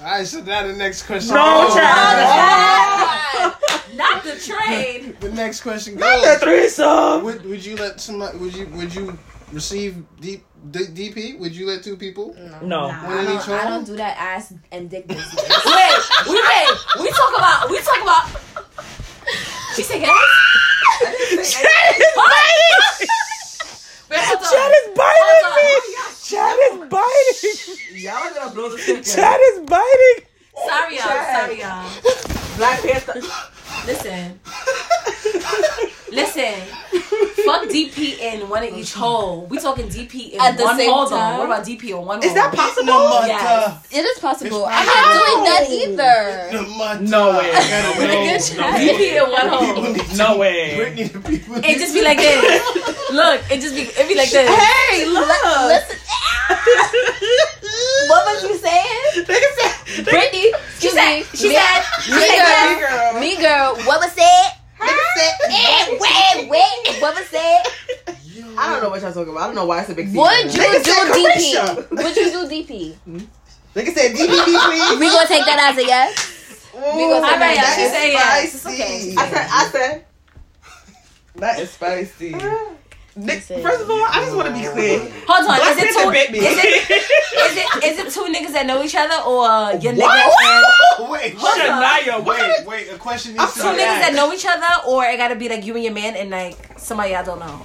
Speaker 5: Alright, so now the next question.
Speaker 6: No,
Speaker 5: goes.
Speaker 6: child.
Speaker 2: Not the train.
Speaker 5: The next question
Speaker 6: The
Speaker 5: goes.
Speaker 6: threesome.
Speaker 5: Would, would you let somebody? Would you would you receive D, D, DP? Would you let two people?
Speaker 6: No.
Speaker 5: One
Speaker 3: I
Speaker 5: in each
Speaker 3: don't, I
Speaker 5: hole?
Speaker 3: don't do that ass and <laughs> dick business.
Speaker 2: Wait, we wait. We talk about. We talk about. She said, "Yes." Wait, hold on.
Speaker 6: Chad is
Speaker 2: Hold on. Oh,
Speaker 6: biting me. Chad is biting.
Speaker 4: Y'all are gonna blow this
Speaker 6: <laughs>
Speaker 4: shit.
Speaker 6: Chad is biting.
Speaker 2: Sorry, y'all. Sorry, y'all.
Speaker 4: Black Panther.
Speaker 2: Listen. Listen. Fuck DP in one in each hole. We talking DP in
Speaker 3: At the
Speaker 2: one
Speaker 3: same
Speaker 2: hole. though.
Speaker 3: time?
Speaker 2: What about DP in one hole?
Speaker 6: Is that possible?
Speaker 5: Namata.
Speaker 3: It is possible.
Speaker 5: It's
Speaker 3: I'm not doing that either.
Speaker 5: Namata.
Speaker 6: No way.
Speaker 5: I gotta know.
Speaker 3: Good
Speaker 5: No,
Speaker 3: try.
Speaker 2: DP in one
Speaker 5: people
Speaker 2: hole.
Speaker 5: need to-
Speaker 6: No way.
Speaker 5: Brittany, the people
Speaker 2: It
Speaker 5: need
Speaker 2: Oh. just be like this. Look, it just be it be like this.
Speaker 6: Hey, look.
Speaker 3: Listen, what was you <laughs> saying? Brittany, she said, she said, me,
Speaker 6: Hey,
Speaker 3: girl,
Speaker 6: girl.
Speaker 3: me girl, what was said? Eh, wait, wait, what was <laughs> said?
Speaker 4: I don't know what y'all talking about. I don't know why it's a big secret.
Speaker 3: Would you
Speaker 6: Nigga
Speaker 3: do
Speaker 6: said
Speaker 3: DP? Would you do DP?
Speaker 4: Like I said, DVDP.
Speaker 3: We gonna take that as a yes. We gonna
Speaker 2: I
Speaker 3: take
Speaker 2: bet y'all.
Speaker 3: that as
Speaker 2: She
Speaker 3: a yes.
Speaker 2: said yes. It's
Speaker 4: I
Speaker 2: okay.
Speaker 4: said, I said.
Speaker 6: That is spicy.
Speaker 4: Nick,
Speaker 3: said-
Speaker 4: first of all, I just want to be clear.
Speaker 2: Hold on.
Speaker 6: Black
Speaker 2: Is it
Speaker 6: Panther
Speaker 2: two?
Speaker 6: bit me.
Speaker 2: Is it, is it is it two niggas that know each other or uh, <laughs> your nigga? and-
Speaker 5: to. <laughs> Wait,
Speaker 2: Hold on. <laughs>
Speaker 6: Shania, what?
Speaker 5: wait, wait. A question needs
Speaker 2: Two
Speaker 5: to
Speaker 6: sorry.
Speaker 2: niggas
Speaker 5: be asked.
Speaker 2: that know each other, or it gotta be like you and your man and like somebody I don't know.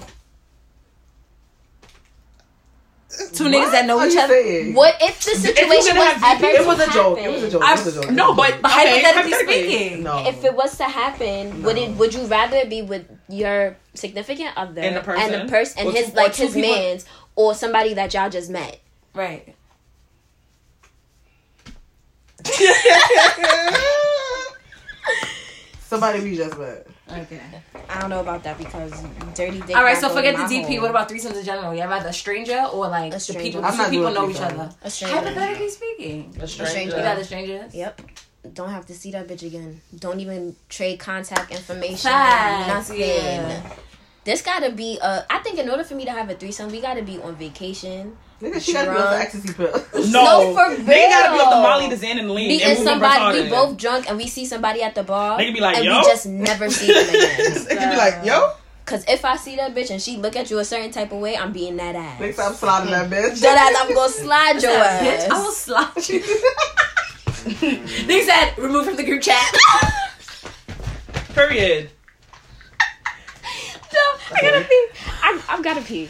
Speaker 2: Two niggas that know
Speaker 4: What
Speaker 2: each
Speaker 4: you
Speaker 2: other.
Speaker 4: saying?
Speaker 3: What if the situation was
Speaker 6: gonna have
Speaker 3: ever
Speaker 6: DP,
Speaker 3: to
Speaker 4: It was a joke. It was a
Speaker 3: happen?
Speaker 4: joke. It was a joke.
Speaker 6: No, but
Speaker 2: But
Speaker 6: okay,
Speaker 2: hypothetically speaking.
Speaker 6: no.
Speaker 3: If it was to happen, would it? Would you rather be with your significant other
Speaker 6: And the person?
Speaker 3: and, the pers- and
Speaker 6: Or
Speaker 3: his
Speaker 6: two- or
Speaker 3: like
Speaker 6: two
Speaker 3: his
Speaker 6: people?
Speaker 3: man's or somebody that y'all just met?
Speaker 2: Right.
Speaker 4: Somebody we just met.
Speaker 2: Okay.
Speaker 3: I don't know about that because dirty dick.
Speaker 2: All right. So
Speaker 3: not going
Speaker 2: forget the
Speaker 3: in my
Speaker 2: DP.
Speaker 3: home.
Speaker 2: What about threesomes in general? You rather a stranger or like the
Speaker 3: stranger.
Speaker 2: people?
Speaker 4: I'm
Speaker 2: Two
Speaker 4: not
Speaker 2: people
Speaker 4: doing
Speaker 2: know each
Speaker 4: threesome.
Speaker 2: other.
Speaker 3: a stranger?
Speaker 2: Hypothetically speaking, you
Speaker 6: A
Speaker 3: stranger.
Speaker 2: got rather strangers.
Speaker 3: Yep. Don't have to see that bitch again. Don't even trade contact information.
Speaker 2: Facts,
Speaker 3: nothing.
Speaker 2: yeah.
Speaker 3: This gotta be. Uh, I think in order for me to have a threesome, we gotta be on vacation.
Speaker 4: Nigga, she got to be on
Speaker 3: Drunk.
Speaker 4: the ecstasy pill.
Speaker 6: No,
Speaker 3: No, for
Speaker 6: They gotta be
Speaker 3: real.
Speaker 6: off the Molly, the Xan, and the lean.
Speaker 3: Me
Speaker 6: and
Speaker 3: and
Speaker 6: moving
Speaker 3: somebody, we
Speaker 6: retarded.
Speaker 3: both drunk, and we see somebody at the bar,
Speaker 6: They can be like,
Speaker 3: and
Speaker 6: "Yo."
Speaker 3: we just never
Speaker 6: <laughs>
Speaker 3: see them again.
Speaker 4: <laughs> it could be like, yo,
Speaker 3: Cause if I see that bitch and she look at you a certain type of way, I'm beating that
Speaker 4: next
Speaker 3: ass.
Speaker 4: time sliding that bitch.
Speaker 3: That ass, I'm gonna slide your
Speaker 2: That Bitch, I will
Speaker 3: ass.
Speaker 2: slap you. they said remove from the group chat.
Speaker 6: Period.
Speaker 3: <laughs> I gotta pee. I'm, I've gotta pee.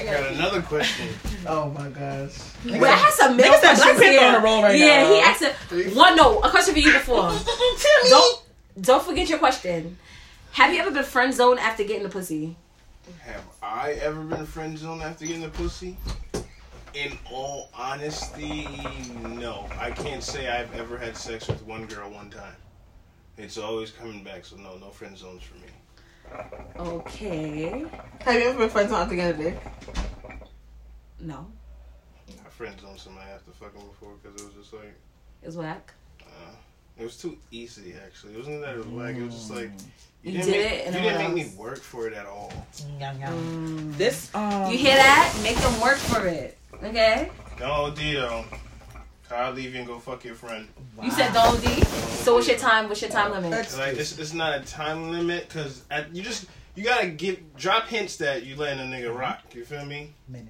Speaker 5: I got another question.
Speaker 4: Oh my gosh.
Speaker 2: Wait, I had some
Speaker 6: Niggas
Speaker 2: milk
Speaker 6: that
Speaker 2: for
Speaker 6: Black
Speaker 2: Black
Speaker 6: Panther on
Speaker 2: Panther.
Speaker 6: a roll right
Speaker 2: yeah,
Speaker 6: now.
Speaker 2: he asked a, one. No, a question for you before. don't don't forget your question. Have you ever been friend zoned after getting the pussy?
Speaker 5: Have I ever been a friend zone after getting a pussy? In all honesty, no. I can't say I've ever had sex with one girl one time. It's always coming back, so no, no friend zones for me.
Speaker 2: Okay,
Speaker 4: Have you ever been friends on after getting a dick?
Speaker 2: no,
Speaker 5: I friend zoned somebody after fucking before because it was just like,
Speaker 2: it's whack.
Speaker 5: uh, it was too easy actually. It wasn't that it was like it was just like
Speaker 2: You
Speaker 5: you, didn't
Speaker 2: did
Speaker 5: make,
Speaker 2: it and
Speaker 5: you
Speaker 2: then
Speaker 5: didn't
Speaker 2: what
Speaker 5: make me
Speaker 2: else?
Speaker 5: work for it at all.
Speaker 6: This um.
Speaker 2: You hear that? Make them work for it. Okay.
Speaker 5: No, Dio. I'll leave you and go fuck your friend.
Speaker 2: You said don't D. So what's your time? What's your time limit?
Speaker 5: Like it's, it's not a time limit because you just you gotta give drop hints that you letting a nigga rock. You feel me?
Speaker 6: Minute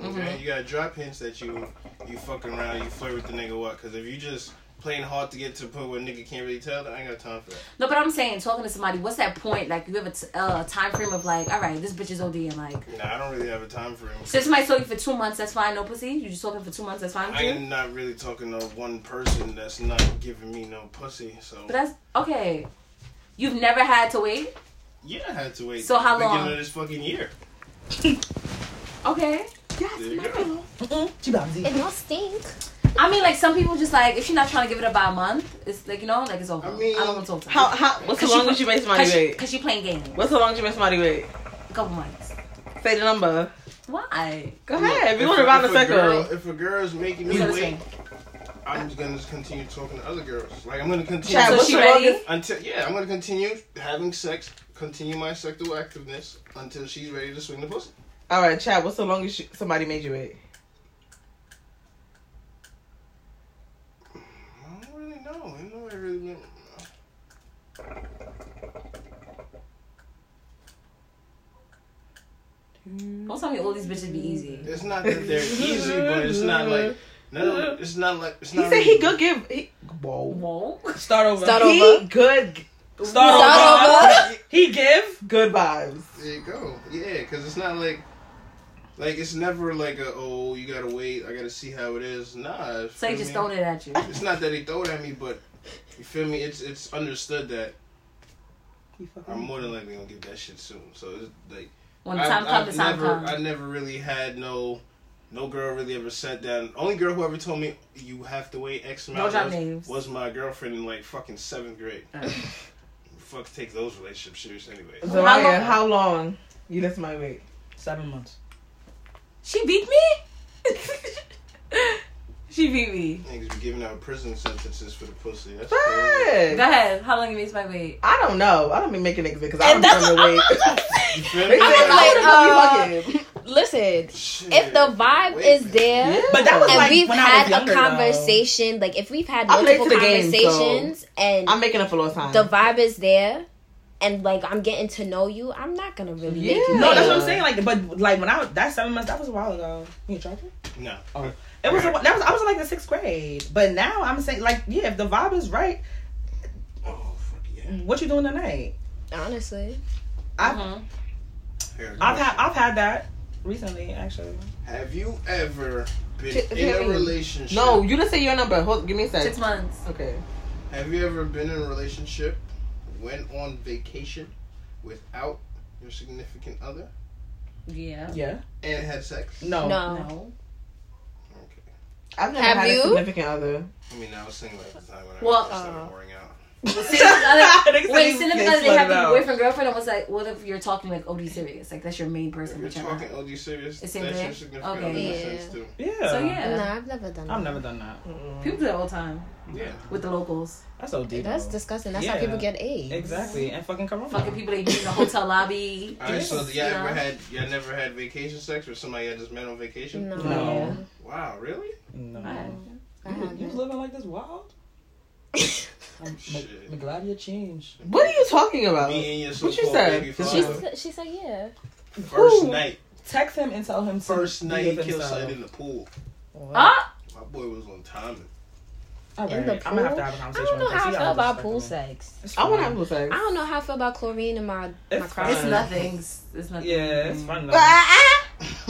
Speaker 2: Mm-hmm.
Speaker 5: Okay, you gotta drop hints that you you fucking around, you flirt with the nigga what? Because if you just playing hard to get to the point where a nigga can't really tell, then I ain't got time for that.
Speaker 2: No, but I'm saying talking to somebody. What's that point? Like you have a t- uh, time frame of like, all right, this bitch is OD and like.
Speaker 5: Nah, I don't really have a time for him.
Speaker 2: So if somebody talking for two months, that's fine. No pussy. You just talking for two months, that's fine. with
Speaker 5: I
Speaker 2: you?
Speaker 5: am not really talking to one person that's not giving me no pussy. So
Speaker 2: But that's okay. You've never had to wait.
Speaker 5: yeah, I had to wait.
Speaker 2: So how
Speaker 5: beginning
Speaker 2: long?
Speaker 5: of this fucking year.
Speaker 2: Okay.
Speaker 5: There you go.
Speaker 3: It don't stink.
Speaker 2: I'm I mean, like some people just like if she's not trying to give it up by a month, it's like you know, like it's over. I,
Speaker 5: I mean-
Speaker 2: don't want to talk to
Speaker 1: How
Speaker 2: her.
Speaker 1: how what's the
Speaker 2: Cause she
Speaker 1: longest you made somebody
Speaker 2: Cause she,
Speaker 1: wait?
Speaker 2: cause she playing games.
Speaker 1: What's the longest you made somebody wait?
Speaker 2: A couple months.
Speaker 1: Say the number.
Speaker 2: Why?
Speaker 1: Go ahead. We
Speaker 5: If
Speaker 1: going
Speaker 5: a-
Speaker 1: around the
Speaker 5: if a girl-
Speaker 1: circle.
Speaker 5: If a girl's making me
Speaker 2: These are the
Speaker 5: wait,
Speaker 2: same.
Speaker 5: I'm just gonna just continue talking to other girls. Like I'm gonna continue.
Speaker 1: Chad,
Speaker 2: So
Speaker 1: what's
Speaker 2: she
Speaker 1: the
Speaker 2: ready?
Speaker 1: longest-
Speaker 5: Until yeah, I'm gonna continue having sex, continue my sexual activeness until she's ready to swing the pussy.
Speaker 1: All right, Chad. What's the longest you, somebody made you wait?
Speaker 5: I don't really know. I know I really been.
Speaker 2: Don't tell me all these bitches be easy.
Speaker 5: It's not that they're easy, but it's not like no, it's not like it's
Speaker 1: He
Speaker 5: not.
Speaker 1: said
Speaker 5: really-
Speaker 1: he good give. He, whoa.
Speaker 2: Whoa.
Speaker 6: Start over.
Speaker 3: Start
Speaker 1: he
Speaker 3: over.
Speaker 1: good.
Speaker 6: Start
Speaker 3: Start
Speaker 6: over. He give.
Speaker 1: Good vibes.
Speaker 5: There you go. Yeah, because it's not like. Like it's never like a oh you gotta wait I gotta see how it is nah
Speaker 2: So he just
Speaker 5: don't.
Speaker 2: thrown it at you.
Speaker 5: It's not that he throw it at me, but you feel me? It's it's understood that I'm more than likely gonna get that shit soon. So it's like
Speaker 2: When the
Speaker 5: I've-
Speaker 2: time
Speaker 5: I've
Speaker 2: comes, the time
Speaker 5: never, I
Speaker 2: comes.
Speaker 5: never really had no no girl really ever sat down. Only girl who ever told me you have to wait X
Speaker 2: Don't
Speaker 5: amount
Speaker 2: drop
Speaker 5: of
Speaker 2: names.
Speaker 5: was, was my girlfriend in like fucking seventh grade.
Speaker 2: Alright.
Speaker 5: <laughs> Fuck, take those relationships serious anyway.
Speaker 1: Zariah,
Speaker 2: How
Speaker 1: how
Speaker 2: long-
Speaker 1: long? you let somebody wait?
Speaker 6: Seven months.
Speaker 2: She beat me. <laughs> she beat me.
Speaker 5: Niggas be giving out prison sentences for the pussy. That's crazy.
Speaker 2: Go
Speaker 1: But
Speaker 2: ahead. How long it makes my wait?
Speaker 1: I don't know. I don't be making niggas because I
Speaker 3: And
Speaker 1: don't
Speaker 3: that's
Speaker 1: want to
Speaker 3: what
Speaker 1: wait. <laughs>
Speaker 5: You feel
Speaker 1: They
Speaker 5: me?
Speaker 1: say,
Speaker 5: Like,
Speaker 3: was like,
Speaker 1: I wanna be
Speaker 3: uh,
Speaker 1: fucking.
Speaker 3: Listen,
Speaker 5: shit,
Speaker 3: if the vibe
Speaker 5: wait,
Speaker 3: is
Speaker 5: man.
Speaker 3: there.
Speaker 6: But that was
Speaker 3: And
Speaker 6: like
Speaker 3: we've
Speaker 6: when I
Speaker 3: had
Speaker 6: was younger,
Speaker 3: a
Speaker 6: though.
Speaker 3: conversation, like if we've had
Speaker 1: I'm late
Speaker 3: multiple
Speaker 1: to the game, so
Speaker 3: conversations and
Speaker 1: I'm making up for lost time.
Speaker 3: the vibe is there, and like I'm getting to know you, I'm not gonna really make you.
Speaker 1: Yeah.
Speaker 6: No, that's
Speaker 3: wait.
Speaker 6: what I'm saying. Like, but like when I that seven months, that was a while ago. You in trouble?
Speaker 5: No.
Speaker 6: Oh. It was a, that was I was like in sixth grade. But now I'm saying like yeah, if the vibe is right,
Speaker 5: Oh fuck yeah.
Speaker 6: what you doing tonight?
Speaker 3: honestly.
Speaker 6: I've
Speaker 2: Mhm.
Speaker 5: Here,
Speaker 6: I've had I've had that recently actually.
Speaker 5: Have you ever been
Speaker 1: Ch-
Speaker 5: in a
Speaker 1: Harry.
Speaker 5: relationship?
Speaker 1: no, you didn't say your number. Hold, give me a sec.
Speaker 2: Six months.
Speaker 1: Okay.
Speaker 5: Have you ever been in a relationship, went on vacation without your significant other,
Speaker 2: Yeah.
Speaker 6: Yeah.
Speaker 5: and had sex?
Speaker 6: No.
Speaker 3: No.
Speaker 2: No.
Speaker 5: Okay.
Speaker 1: I've never
Speaker 3: Have
Speaker 1: had
Speaker 3: you?
Speaker 1: a significant other.
Speaker 5: I mean, I was single at the time when
Speaker 2: Well,
Speaker 5: I first started
Speaker 3: uh,
Speaker 5: pouring out.
Speaker 2: Well, single other-
Speaker 6: They said
Speaker 2: Wait,
Speaker 6: he
Speaker 2: send them
Speaker 6: can't
Speaker 2: another. They
Speaker 6: sweat
Speaker 2: have
Speaker 6: it
Speaker 2: a
Speaker 6: out.
Speaker 2: boyfriend, girlfriend. I was like, what if you're talking like OD serious? Like that's your main
Speaker 5: If
Speaker 2: person.
Speaker 5: you're
Speaker 2: Which I'm
Speaker 5: talking oh, OD serious,
Speaker 2: It's
Speaker 5: that's
Speaker 2: in
Speaker 5: your
Speaker 2: there?
Speaker 5: significant
Speaker 2: Okay.
Speaker 5: other makes
Speaker 3: Yeah.
Speaker 5: sense too.
Speaker 6: Yeah.
Speaker 2: So yeah.
Speaker 3: No, I've never done that.
Speaker 6: I've never done that.
Speaker 2: People do that all the time
Speaker 5: Yeah.
Speaker 2: with the locals.
Speaker 6: That's so deep.
Speaker 3: That's
Speaker 6: though.
Speaker 3: disgusting. That's how
Speaker 6: Yeah.
Speaker 3: people get AIDS.
Speaker 6: Exactly. And fucking corona.
Speaker 2: Fucking people they meet in the hotel
Speaker 5: <laughs>
Speaker 2: lobby.
Speaker 5: All right, so
Speaker 2: Yes,
Speaker 5: y'all
Speaker 2: yeah.
Speaker 5: ever had y'all never had vacation sex with somebody y'all just met on vacation?
Speaker 3: No,
Speaker 6: No.
Speaker 5: Wow, really?
Speaker 6: No.
Speaker 2: I had-
Speaker 3: I
Speaker 6: You, you was
Speaker 3: haven't.
Speaker 6: living like this wild? I'm,
Speaker 5: Shit.
Speaker 6: I'm glad you changed.
Speaker 1: What are you talking about?
Speaker 5: Me and your
Speaker 1: Uh, what you
Speaker 5: so-called
Speaker 1: said?
Speaker 5: baby
Speaker 1: Did
Speaker 5: father.
Speaker 3: She said- she said yeah.
Speaker 5: First
Speaker 6: Who?
Speaker 5: night,
Speaker 6: Text him and tell him to
Speaker 5: first night he
Speaker 6: behave
Speaker 5: killed
Speaker 6: himself.
Speaker 5: something in the pool.
Speaker 6: What?
Speaker 2: Ah,
Speaker 5: My boy was on timing.
Speaker 6: All right.
Speaker 3: In the
Speaker 6: I'm gonna have
Speaker 3: pool?
Speaker 6: to have a
Speaker 3: I
Speaker 6: conversation.
Speaker 3: don't know
Speaker 6: with him.
Speaker 3: how I
Speaker 6: See
Speaker 3: feel about pool
Speaker 6: respectful.
Speaker 3: sex.
Speaker 6: It's
Speaker 1: I want to
Speaker 6: fine.
Speaker 1: have a sex.
Speaker 3: I don't know how I feel about chlorine in my my
Speaker 6: It's
Speaker 3: crotch.
Speaker 2: it's
Speaker 6: fine.
Speaker 2: nothing. It's nothing.
Speaker 6: Yeah, it's
Speaker 1: Ah,
Speaker 6: fun though.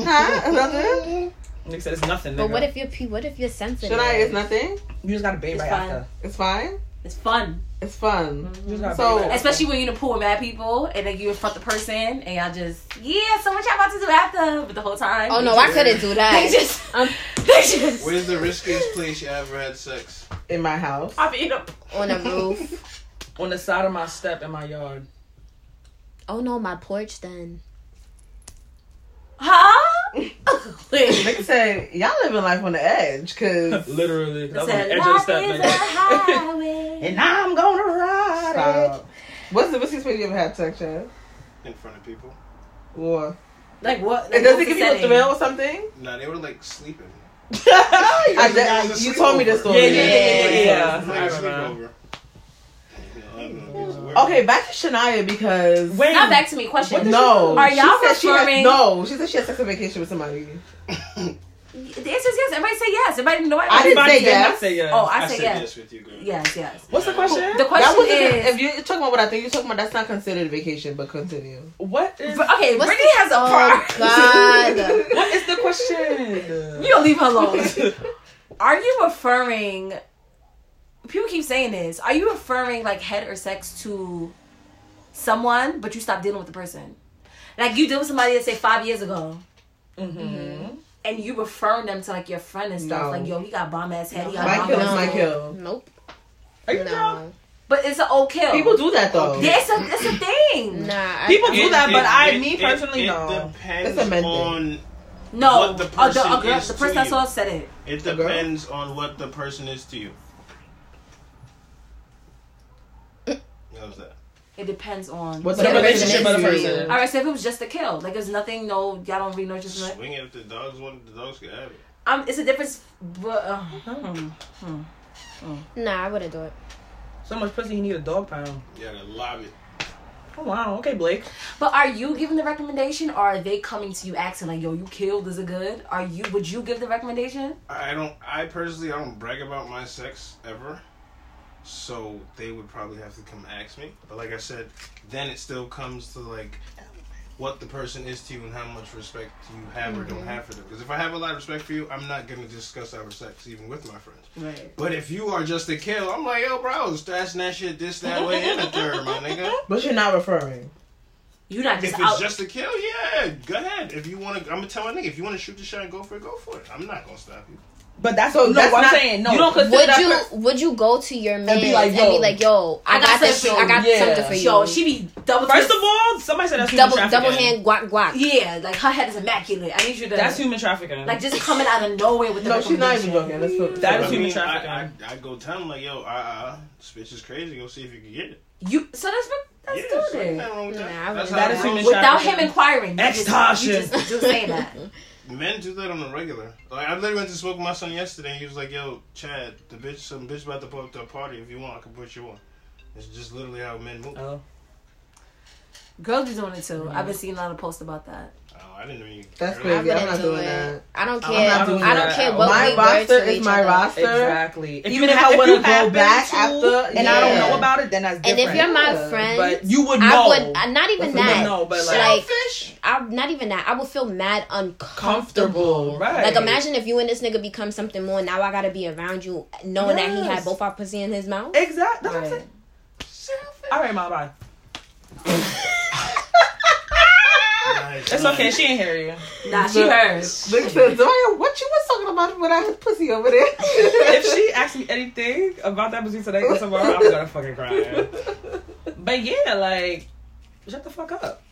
Speaker 1: Huh? Nothing?
Speaker 6: Nick said it's nothing.
Speaker 3: But
Speaker 6: nigga.
Speaker 3: what if you're pe- what if you're sensitive?
Speaker 1: Should I? It's nothing.
Speaker 6: you just gotta bathe
Speaker 2: It's
Speaker 6: right
Speaker 2: fine.
Speaker 6: after?
Speaker 1: It's fine.
Speaker 2: It's fun,
Speaker 1: It's fun.
Speaker 2: Mm-hmm.
Speaker 6: You just gotta
Speaker 1: So-
Speaker 6: bathe right after.
Speaker 2: especially when you're in a pool with mad people and then you confront the person and y'all just yeah. So what y'all about to do after? But the whole time.
Speaker 3: Oh
Speaker 2: they
Speaker 3: no,
Speaker 2: just-
Speaker 3: I couldn't
Speaker 2: <laughs>
Speaker 3: do that.
Speaker 2: They
Speaker 3: <laughs>
Speaker 2: just.
Speaker 3: Um,
Speaker 2: they just.
Speaker 5: Where's the riskiest place you ever had sex?
Speaker 1: In my house.
Speaker 2: I'm in a.
Speaker 3: on a roof.
Speaker 6: on the side of my step in my yard.
Speaker 3: Oh no, my porch then.
Speaker 2: <laughs> Huh? Wait.
Speaker 1: Nigga said, y'all living life on the edge, cause
Speaker 6: <laughs> <laughs> Literally, that was on
Speaker 2: Said,
Speaker 6: the edge of the
Speaker 2: "Life
Speaker 6: step.
Speaker 2: is a
Speaker 6: nigga.
Speaker 2: highway."
Speaker 6: <laughs> and I'm gonna ride
Speaker 1: Stop. What's the riskiest place you ever had sex, Chad?
Speaker 5: In front of people?
Speaker 1: War.
Speaker 2: Like what?
Speaker 1: And
Speaker 2: Like,
Speaker 1: does
Speaker 2: what's
Speaker 1: it
Speaker 2: the
Speaker 1: give you a
Speaker 2: setting?
Speaker 1: thrill or
Speaker 2: <laughs>
Speaker 1: something?
Speaker 5: Nah, they were like sleeping.
Speaker 1: I
Speaker 5: Yeah,
Speaker 1: bet-
Speaker 5: it's a
Speaker 1: you told me this
Speaker 5: sleepover.
Speaker 1: story.
Speaker 6: Oh, Yeah, yeah, yeah, yeah,
Speaker 5: It was
Speaker 6: yeah.
Speaker 5: like a
Speaker 6: I remember.
Speaker 5: sleepover. You know, I don't know if it's weird.
Speaker 1: Okay, back to Shania because
Speaker 6: Wait,
Speaker 2: Not back to me. Question.
Speaker 1: no,
Speaker 2: Are y'all
Speaker 1: she said she
Speaker 2: referring-
Speaker 1: had, no, she said she had sex on vacation with somebody.
Speaker 2: The answer is yes. Everybody say yes. Everybody didn't know. I,
Speaker 1: I didn't
Speaker 6: Everybody
Speaker 1: say
Speaker 6: did
Speaker 1: yes.
Speaker 6: not say yes.
Speaker 2: Oh, I,
Speaker 5: I
Speaker 2: say
Speaker 5: said
Speaker 2: yes.
Speaker 5: yes with you, girl.
Speaker 2: Yes, yes.
Speaker 6: What's the question?
Speaker 2: The
Speaker 1: That
Speaker 2: question
Speaker 1: wasn't
Speaker 2: is.
Speaker 1: if you're talking about what I think you're talking about. That's not considered a vacation, but continue.
Speaker 6: what is
Speaker 2: But, okay,
Speaker 3: What's
Speaker 2: Brittany has a
Speaker 3: Oh
Speaker 2: <laughs> problem.
Speaker 1: <laughs>
Speaker 3: God.
Speaker 6: what is the question?
Speaker 2: You don't leave her alone.
Speaker 5: <laughs>
Speaker 2: Are you referring? People keep saying this. Are you referring like head or sex to someone, but you stop dealing with the person? Like you deal with somebody that say five years ago.
Speaker 6: mm-hmm.
Speaker 2: and you referring them to like your friend and stuff,
Speaker 1: No.
Speaker 2: like yo, he got bomb ass head, he got
Speaker 1: My
Speaker 2: bomb
Speaker 1: kill
Speaker 2: ass
Speaker 1: is my
Speaker 2: head.
Speaker 1: kill.
Speaker 3: Nope.
Speaker 6: <laughs> Are you drunk?
Speaker 3: No.
Speaker 2: But it's an old kill.
Speaker 1: People do that though.
Speaker 2: yeah, it's a it's a thing.
Speaker 3: Nah. I-
Speaker 6: People
Speaker 3: I-
Speaker 6: do that, but I, me personally,
Speaker 4: it,
Speaker 6: no.
Speaker 4: depends
Speaker 1: It's a men thing.
Speaker 4: on.
Speaker 2: No,
Speaker 4: What the
Speaker 2: uh, the,
Speaker 4: person
Speaker 2: uh, girl-
Speaker 4: is
Speaker 2: the
Speaker 4: to
Speaker 2: person I
Speaker 4: you.
Speaker 2: saw said it.
Speaker 4: It
Speaker 1: girl?
Speaker 4: depends on what the person is to
Speaker 6: <laughs>
Speaker 4: you. How was that?
Speaker 2: It depends on
Speaker 1: What's
Speaker 3: But
Speaker 1: the
Speaker 3: the
Speaker 1: relationship of the
Speaker 3: relationship
Speaker 1: person?
Speaker 2: All right, so if it was just a kill, like there's nothing, no, y'all don't really know just like,
Speaker 4: Swing it if the dogs want. The dogs can have it.
Speaker 2: um, it's a difference. But, uh, hmm.
Speaker 3: Nah, I wouldn't do it.
Speaker 6: So much pussy, you need a dog pound.
Speaker 4: You gotta lob it.
Speaker 6: Oh wow, okay, Blake.
Speaker 2: but are you giving the recommendation, or are they coming to you asking like, yo, you killed? Is it good? Are you? Would you give the recommendation?
Speaker 4: I don't. I personally, I don't brag about my sex ever. So they would probably have to come ask me. But like I said, then it still comes to like what the person is to you and how much respect you have or don't have for them. Because if I have a lot of respect for you, I'm not gonna discuss our sex even with my friends.
Speaker 2: Right.
Speaker 4: But if you are just a kill, I'm like, yo, bro, I was thrashing that shit this, that way, and a third, my nigga.
Speaker 1: But you're not referring.
Speaker 2: You're not
Speaker 4: If
Speaker 2: just
Speaker 4: it's
Speaker 2: out.
Speaker 4: just a kill, yeah, go ahead. If you want to, I'm gonna tell my nigga, if you want to shoot the shot and go for it, go for it. I'm not gonna stop you.
Speaker 6: But that's
Speaker 1: So
Speaker 6: no.
Speaker 1: that's
Speaker 6: I'm
Speaker 1: not-
Speaker 6: saying no.
Speaker 1: you don't consider
Speaker 3: Would
Speaker 1: that
Speaker 3: you
Speaker 1: person-
Speaker 3: would you go to your
Speaker 6: And
Speaker 3: man and
Speaker 6: be
Speaker 3: be
Speaker 6: like,
Speaker 3: like,
Speaker 6: yo,
Speaker 3: yo, I,
Speaker 2: I got
Speaker 3: got, this for
Speaker 2: something
Speaker 3: you. I got
Speaker 6: for you.
Speaker 3: something for you.
Speaker 2: yo, she be double.
Speaker 6: First of all, somebody said that's
Speaker 3: double
Speaker 6: human
Speaker 3: double
Speaker 6: trafficking.
Speaker 3: hand guac guac. <laughs>
Speaker 2: yeah, like her head is immaculate. I need you to
Speaker 6: That's human trafficking.
Speaker 2: like just coming out of nowhere with the
Speaker 1: No, she's not even
Speaker 2: recommendation.
Speaker 1: joking. Let's put
Speaker 6: That
Speaker 4: I
Speaker 6: is
Speaker 4: mean,
Speaker 6: human trafficking.
Speaker 4: I, I, I go tell him like, yo, uh, uh, this bitch is crazy. Go see if you can get it.
Speaker 2: You so that's what that's
Speaker 4: yeah, so
Speaker 2: doing
Speaker 4: ain't
Speaker 2: it.
Speaker 4: nothing wrong with
Speaker 3: Nah, I
Speaker 4: that. That's
Speaker 3: wouldn't.
Speaker 4: how
Speaker 6: That is
Speaker 4: it rolls.
Speaker 6: human
Speaker 2: Without him
Speaker 6: trafficking.
Speaker 2: inquiring, you just, you
Speaker 6: Ex-Tasha.
Speaker 2: just, just saying that.
Speaker 4: Men do that on the regular. Like I literally went to smoke with my son yesterday. And he was like, yo, Chad, the bitch, some bitch about to pull up to a party. If you want, I can put you on. It's just literally how men move.
Speaker 6: Oh.
Speaker 2: Girls be doing it too. I've been seeing a lot of posts about that.
Speaker 4: Oh, I didn't even.
Speaker 1: That's
Speaker 3: I
Speaker 1: crazy. I'm
Speaker 3: wouldn't
Speaker 1: not
Speaker 3: do
Speaker 1: doing
Speaker 3: it.
Speaker 1: that.
Speaker 3: I don't
Speaker 6: I'm
Speaker 3: care.
Speaker 6: not
Speaker 3: I
Speaker 6: doing
Speaker 3: don't
Speaker 6: that.
Speaker 3: care what
Speaker 1: My
Speaker 3: we were
Speaker 1: roster
Speaker 3: to
Speaker 1: is
Speaker 3: each
Speaker 1: my
Speaker 3: other.
Speaker 1: roster.
Speaker 6: Exactly. If
Speaker 1: Even if
Speaker 6: ha-
Speaker 1: I wanna
Speaker 6: you
Speaker 1: go
Speaker 6: happen
Speaker 1: back
Speaker 6: to,
Speaker 1: after-
Speaker 6: and I don't
Speaker 1: yeah.
Speaker 6: know about it, then that's
Speaker 3: And
Speaker 6: different.
Speaker 3: if you're my
Speaker 1: Yeah.
Speaker 3: friend,
Speaker 6: but you would know.
Speaker 3: I would uh, not even
Speaker 1: That's a
Speaker 3: that.
Speaker 6: no, but, like-
Speaker 1: Selfish.
Speaker 3: I'm not even that. I would feel mad
Speaker 6: Comfortable,
Speaker 3: uncomfortable.
Speaker 6: right.
Speaker 3: Like imagine if you and this nigga become something more. Now I gotta be around you, knowing that he
Speaker 6: Yes.
Speaker 3: had both our pussy in his mouth.
Speaker 6: Exactly. That's what I'm
Speaker 2: Right.
Speaker 6: saying. All right, mom. Bye.
Speaker 4: Nice.
Speaker 6: It's okay. She ain't hear
Speaker 3: <laughs>
Speaker 6: you.
Speaker 2: Nah, she heard.
Speaker 1: Look, says, Zoya, what you was talking about with that pussy over there?
Speaker 6: <laughs> if
Speaker 1: <laughs>
Speaker 6: she asks me anything about that between today and tomorrow, I'm gonna fucking
Speaker 3: <laughs>
Speaker 6: cry. But yeah, like, shut the fuck up.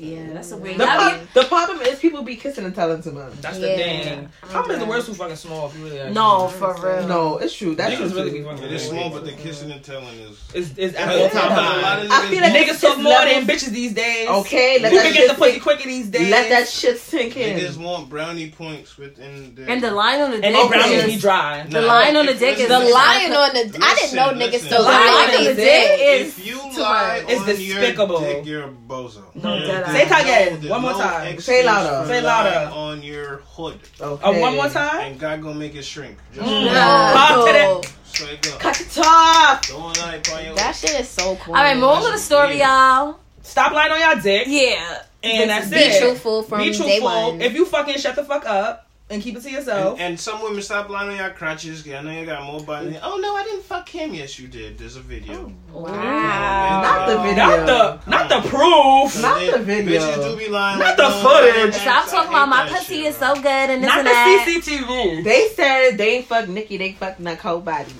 Speaker 2: Yeah, that's a weird.
Speaker 1: The,
Speaker 2: Y'all
Speaker 1: pro- the problem is people be kissing and telling too much.
Speaker 6: That's
Speaker 3: Yeah.
Speaker 6: the thing. Problem is the world's too fucking small. If you really
Speaker 2: be-
Speaker 6: ask
Speaker 2: no,
Speaker 6: me.
Speaker 2: for real.
Speaker 1: No, it's true. That's
Speaker 6: niggas
Speaker 1: just
Speaker 6: really be
Speaker 1: really.
Speaker 6: fucking.
Speaker 4: It is small, but the kissing and telling is.
Speaker 6: it's, it's at
Speaker 4: Because
Speaker 6: all
Speaker 4: a
Speaker 6: time
Speaker 4: lot
Speaker 6: high.
Speaker 4: of
Speaker 1: I feel like
Speaker 4: niggas
Speaker 6: Niggas talk
Speaker 1: It's
Speaker 6: more
Speaker 1: levels.
Speaker 6: than bitches these days.
Speaker 1: Okay, let
Speaker 6: you can
Speaker 1: that
Speaker 6: get the
Speaker 1: shit
Speaker 6: pussy
Speaker 1: sink.
Speaker 6: quicker these days.
Speaker 1: Let that shit sink
Speaker 4: niggas
Speaker 1: in.
Speaker 4: want brownie points within their.
Speaker 2: And the line on the
Speaker 6: and they
Speaker 2: dick
Speaker 6: brown
Speaker 1: brownies
Speaker 6: be
Speaker 2: is
Speaker 6: dry.
Speaker 4: Nah,
Speaker 2: the line on the
Speaker 4: if-
Speaker 2: dick is-
Speaker 3: The
Speaker 4: listen,
Speaker 3: lying on the I didn't
Speaker 4: Listen,
Speaker 3: know niggas
Speaker 4: listen.
Speaker 3: still
Speaker 4: The
Speaker 3: lie on
Speaker 2: the
Speaker 3: their
Speaker 2: dick
Speaker 3: dick.
Speaker 2: is
Speaker 4: If you
Speaker 2: too
Speaker 4: lie
Speaker 2: much.
Speaker 6: It's
Speaker 4: on
Speaker 6: despicable.
Speaker 4: your dick, you're a bozo.
Speaker 6: No,
Speaker 4: Yeah.
Speaker 2: dead ass.
Speaker 4: There's
Speaker 2: Say
Speaker 6: it again.
Speaker 4: there's
Speaker 6: One more time.
Speaker 4: excuse
Speaker 1: Say it louder.
Speaker 4: for
Speaker 6: Say it louder.
Speaker 4: lying On your hood,
Speaker 1: Okay.
Speaker 6: Oh, one more time.
Speaker 4: and God gonna make it shrink. Just
Speaker 6: Pop to
Speaker 3: No.
Speaker 4: straight up.
Speaker 6: Mm. Cut the top.
Speaker 4: Don't lie on your.
Speaker 3: That shit is so cool.
Speaker 2: All right, moral of the story, y'all.
Speaker 6: Stop lying on your dick.
Speaker 2: Yeah,
Speaker 6: And that's
Speaker 3: Be
Speaker 6: it.
Speaker 3: truthful from
Speaker 6: Be
Speaker 3: day
Speaker 6: truthful.
Speaker 3: one.
Speaker 6: If you fucking shut the fuck up and keep it to yourself.
Speaker 4: And, and some women stop lying on your crotches. 'cause I know you got more body. than- Oh no, I didn't fuck him. Yes, you did. There's a
Speaker 6: Oh.
Speaker 4: video.
Speaker 3: wow.
Speaker 1: Not the video.
Speaker 6: not the not the proof.
Speaker 1: Not the
Speaker 4: Bitches
Speaker 1: video.
Speaker 4: do be lying.
Speaker 6: Not
Speaker 4: like,
Speaker 6: the
Speaker 4: "Oh,
Speaker 6: footage."
Speaker 4: I
Speaker 2: stop talking
Speaker 4: hate
Speaker 2: about my
Speaker 4: that
Speaker 2: pussy
Speaker 4: shit,
Speaker 2: is
Speaker 4: bro."
Speaker 2: so good and this
Speaker 6: Not
Speaker 2: and
Speaker 6: the
Speaker 2: that.
Speaker 6: CCTV.
Speaker 1: They said they ain't fuck Nikki, they fuck Nicole Body.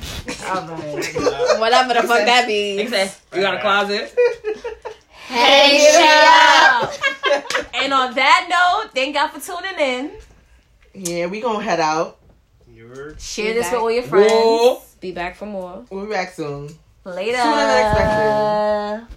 Speaker 1: <laughs>
Speaker 2: All right.
Speaker 3: Whatever the fuck that
Speaker 6: They
Speaker 3: be.
Speaker 6: say, You got a closet.
Speaker 3: Hey,
Speaker 2: And on that note, thank y'all for tuning in.
Speaker 1: Yeah, we gonna head out.
Speaker 4: You're
Speaker 2: Share
Speaker 3: Be
Speaker 2: this
Speaker 3: back.
Speaker 2: with all your friends.
Speaker 6: Whoa.
Speaker 3: Be back for more.
Speaker 1: We'll be back soon.
Speaker 2: Later.
Speaker 1: Sooner than expected.